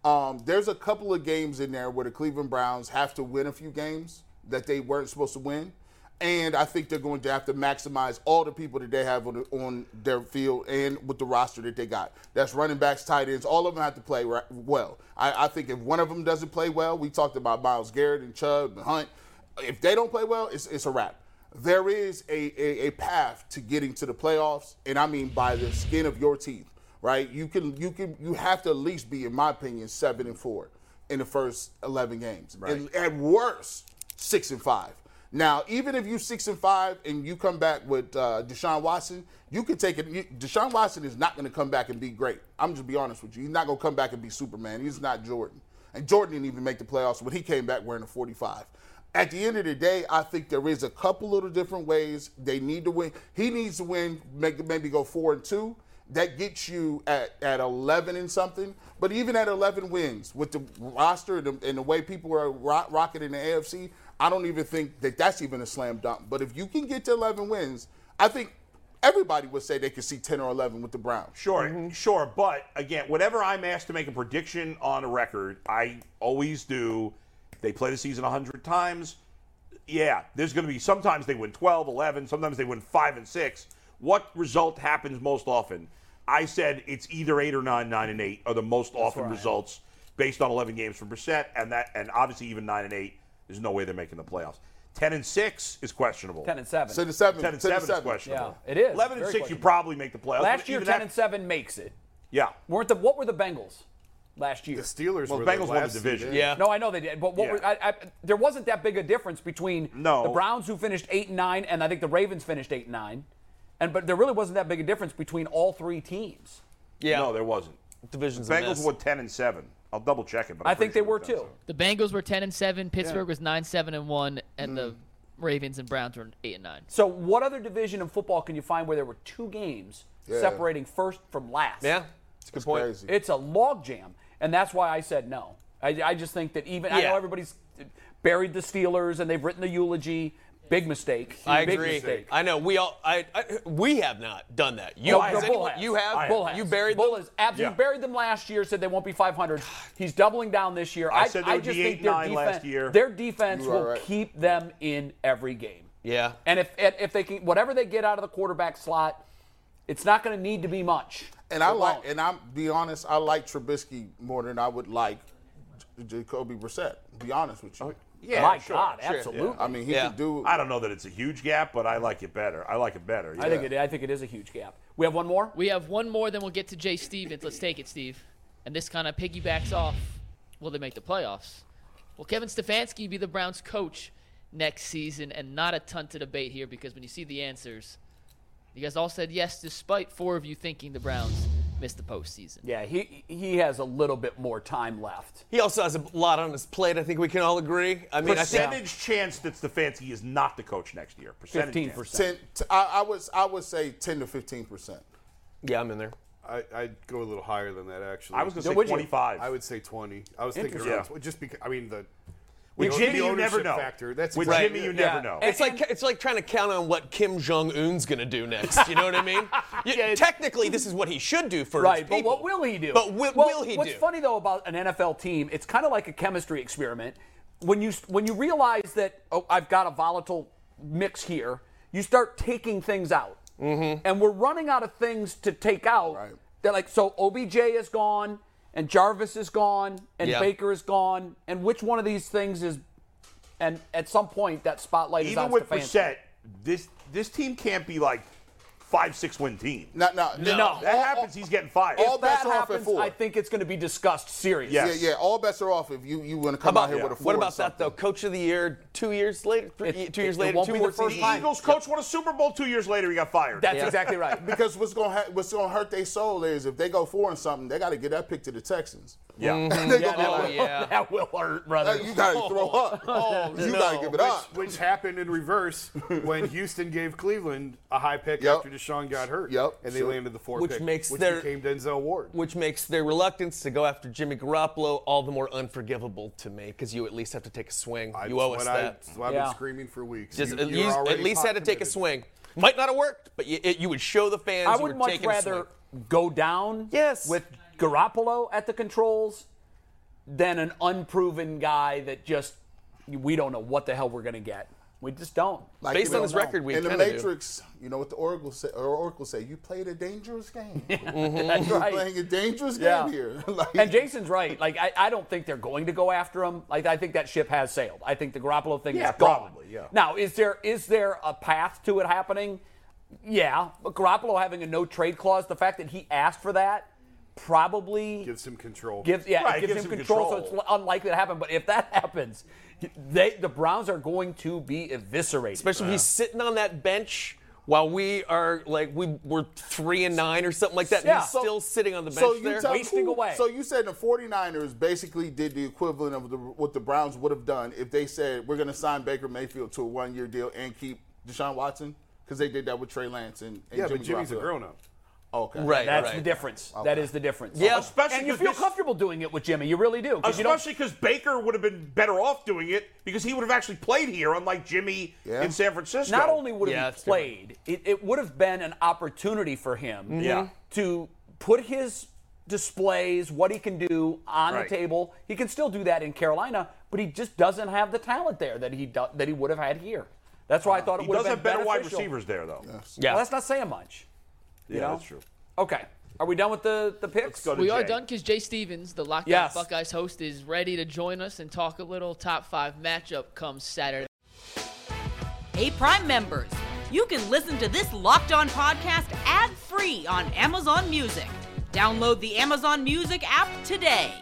Um, there's a couple of games in there where the Cleveland Browns have to win a few games that they weren't supposed to win, and I think they're going to have to maximize all the people that they have on, the, on their field and with the roster that they got. That's running backs, tight ends. All of them have to play ri- well. I, I think if one of them doesn't play well, we talked about Miles Garrett and Chubb and Hunt. If they don't play well, it's, it's a wrap there is a, a, a path to getting to the playoffs, and I mean by the skin of your teeth, right? You can you can you have to at least be, in my opinion, seven and four in the first eleven games, right? And at worst, six and five. Now, even if you six and five and you come back with uh, Deshaun Watson, you could take it. You, Deshaun Watson is not going to come back and be great. I'm just be honest with you. He's not going to come back and be Superman. He's not Jordan. And Jordan didn't even make the playoffs when he came back wearing a 45. At the end of the day, I think there is a couple little different ways they need to win. He needs to win, make, maybe go four and two. That gets you at, at 11 and something. But even at 11 wins, with the roster and the, and the way people are ro- rocking in the AFC, I don't even think that that's even a slam dunk. But if you can get to 11 wins, I think everybody would say they could see 10 or 11 with the Browns. Sure, sure. But again, whenever I'm asked to make a prediction on a record, I always do. They play the season 100 times. Yeah, there's going to be sometimes they win 12, 11, sometimes they win 5 and 6. What result happens most often? I said it's either 8 or 9, 9 and 8 are the most often where I am. results based on 11 games from Brissett, and that and obviously even 9 and 8 there's no way they're making the playoffs. 10 and 6 is questionable. 10 and 7. 10 and 7, 7, is questionable. Yeah, it is. 11 and Very 6 you questionable. probably make the playoffs. Last but year, even 10 that- and 7 makes it. Yeah. Weren't the what were the Bengals last year? The Steelers Well, were the Bengals won the last division. seed, yeah. No, I know they did, but what Yeah. were, I, I, there wasn't that big a difference between the Browns who finished 8 and 9 and I think the Ravens finished 8 and 9. And but there really wasn't that big a difference between all three teams. Yeah. No, there wasn't. Divisions. The a Bengals mess. were ten and seven. I'll double check it. But I I'm think they pretty sure were it was 10 too. The Bengals were 10 and 7, Pittsburgh was 9 7 and 1, and Mm. the Ravens and Browns were 8 and 9. So what other division in football can you find where there were two games Yeah. separating first from last? Yeah, it's a good point. Crazy. It's a logjam, and that's why I said no. I, I just think that even I know Yeah. everybody's buried the Steelers and they've written the eulogy. Big mistake. I Big agree. Mistake. I know. We all. I, I. We have not done that. You. No, has no, Bull anyone- has. You have. I Bull has. You buried Bull them? has absolutely Yeah. buried them last year. Said they won't be 500. He's doubling down this year. I said they would just be eight think and their nine defense, last year. Their defense You are will right. keep them in every game. Yeah. And if and if they can, whatever they get out of the quarterback slot, it's not going to need to be much. And I like, and I'm be honest, I like Trubisky more than I would like J- Jacoby Brissett. Be honest with you. Yeah, My sure, Oh, God, sure. absolutely. I mean, he could do- I don't know that it's a huge gap, but I like it better. I like it better. I think it, I think it is a huge gap. We have one more. We have one more, then we'll get to Jay Stevens. Let's take it, Steve. And this kind of piggybacks off will they make the playoffs? Will Kevin Stefanski be the Browns coach next season? And not a ton to debate here because when you see the answers, you guys all said yes, despite four of you thinking the Browns missed the postseason. Yeah, he he has a little bit more time left. He also has a lot on his plate. I think we can all agree. I mean, I percentage think, chance that Stefanski is not the coach next year. Percentage. chance. 10, t- I, I was, I would say ten to fifteen percent. Yeah, I'm in there. I, I'd go a little higher than that, actually. I was gonna say Would you? 25. I would say 20. I was thinking Interesting. around tw- just because, I mean, the. With the Jimmy, you ownership never know. Factor. That's With exactly Jimmy, it. you never Yeah. know. It's like it's like trying to count on what Kim Jong Un's going to do next. You know what I mean? You- technically, this is what he should do for right, his but people. what will he do? But wi- Well, will he what's do? funny though about an NFL team, it's kind of like a chemistry experiment. When you when you realize that oh, I've got a volatile mix here, you start taking things out, Mm-hmm. and we're running out of things to take out. They're like, so OBJ is gone, and Jarvis is gone, and Yeah. Baker is gone, and which one of these things is? And at some point, that spotlight is Even on with Stefanski. Brissett, this this team can't be like five six win team. No, no, no. That happens. He's getting fired. all if that bets are off at happens, four. I think it's going to be discussed seriously. Yeah, yeah. All bets are off if you you want to How come about, out here with a four. what or about that something. though? Coach of the year two years later, three, It- two years it- it later, won't two be the more first seasons. time. The Eagles coach won a Super Bowl two years later. He got fired. Yeah. because what's gonna ha- what's gonna hurt their soul is if they go four and something, they got to give that pick to the Texans. Yeah. They Yeah, gonna- that will- that will hurt, brother. Like, you gotta throw up. Oh, you no. gotta give it which, up. Which happened in reverse when Houston gave Cleveland a high pick after Deshaun got hurt. Yep. And they Sure. landed the four Which pick, makes which their- became Denzel Ward. Which makes their reluctance to go after Jimmy Garoppolo all the more unforgivable to me, because you at least have to take a swing. I- you owe us what I- that. that's what I've been screaming for weeks. Just You- at you're least, at already least had to pot take a committed. swing. Might not have worked, but you, it, you would show the fans. I you would were much taking a swing. rather go down yes. with Garoppolo at the controls than an unproven guy that just we don't know what the hell we're going to get. We just don't. Like, you don't know. in the Matrix, you know what the Oracle say, or Oracle say, you played a dangerous game. That's You're right. playing a dangerous Yeah. game here. and Jason's right. Like I, I don't think they're going to go after him. Like I think that ship has sailed. I think the Garoppolo thing Yeah, is gone. probably, yeah. Now, is there is there a path to it happening? Yeah, but Garoppolo having a no trade clause, the fact that he asked for that probably gives him control. Gives yeah, it gives, him, control, So it's unlikely to happen. But if that happens, they the Browns are going to be eviscerated. Especially if he's sitting on that bench while we are like we we're three and nine or something like that. And he's So- still sitting on the bench so you there, tell- who- So you said the 49ers basically did the equivalent of the, what the Browns would have done if they said we're going to sign Baker Mayfield to a one-year deal and keep Deshaun Watson because they did that with Trey Lance and, and Yeah, Jimmy but Jimmy's a Garoppolo. grown up. Okay, Right, That's right. the difference. That is the difference. Yeah. Especially especially And you 'cause feel this- comfortable doing it with Jimmy. You really do. 'cause you don't- Especially because Baker would have been better off doing it because he would have actually played here, unlike Jimmy in San Francisco. Not only would have he played, it, it would have been an opportunity for him Mhm. Yeah. to put his displays, what he can do on Right. the table. He can still do that in Carolina, but he just doesn't have the talent there that he do, that he would have had here. That's why I thought it Uh, He would does have have been better wide beneficial. receivers there, though. Well, that's not saying much. you Yeah, know? that's true. Okay. Are we done with the, the picks? Let's go we are done because Jay Stevens, the Lockdown Yes. Buckeyes host, is ready to join us and talk a little top five matchup come Saturday. Hey, Prime members, you can listen to this Locked On podcast ad free on Amazon Music. Download the Amazon Music app today.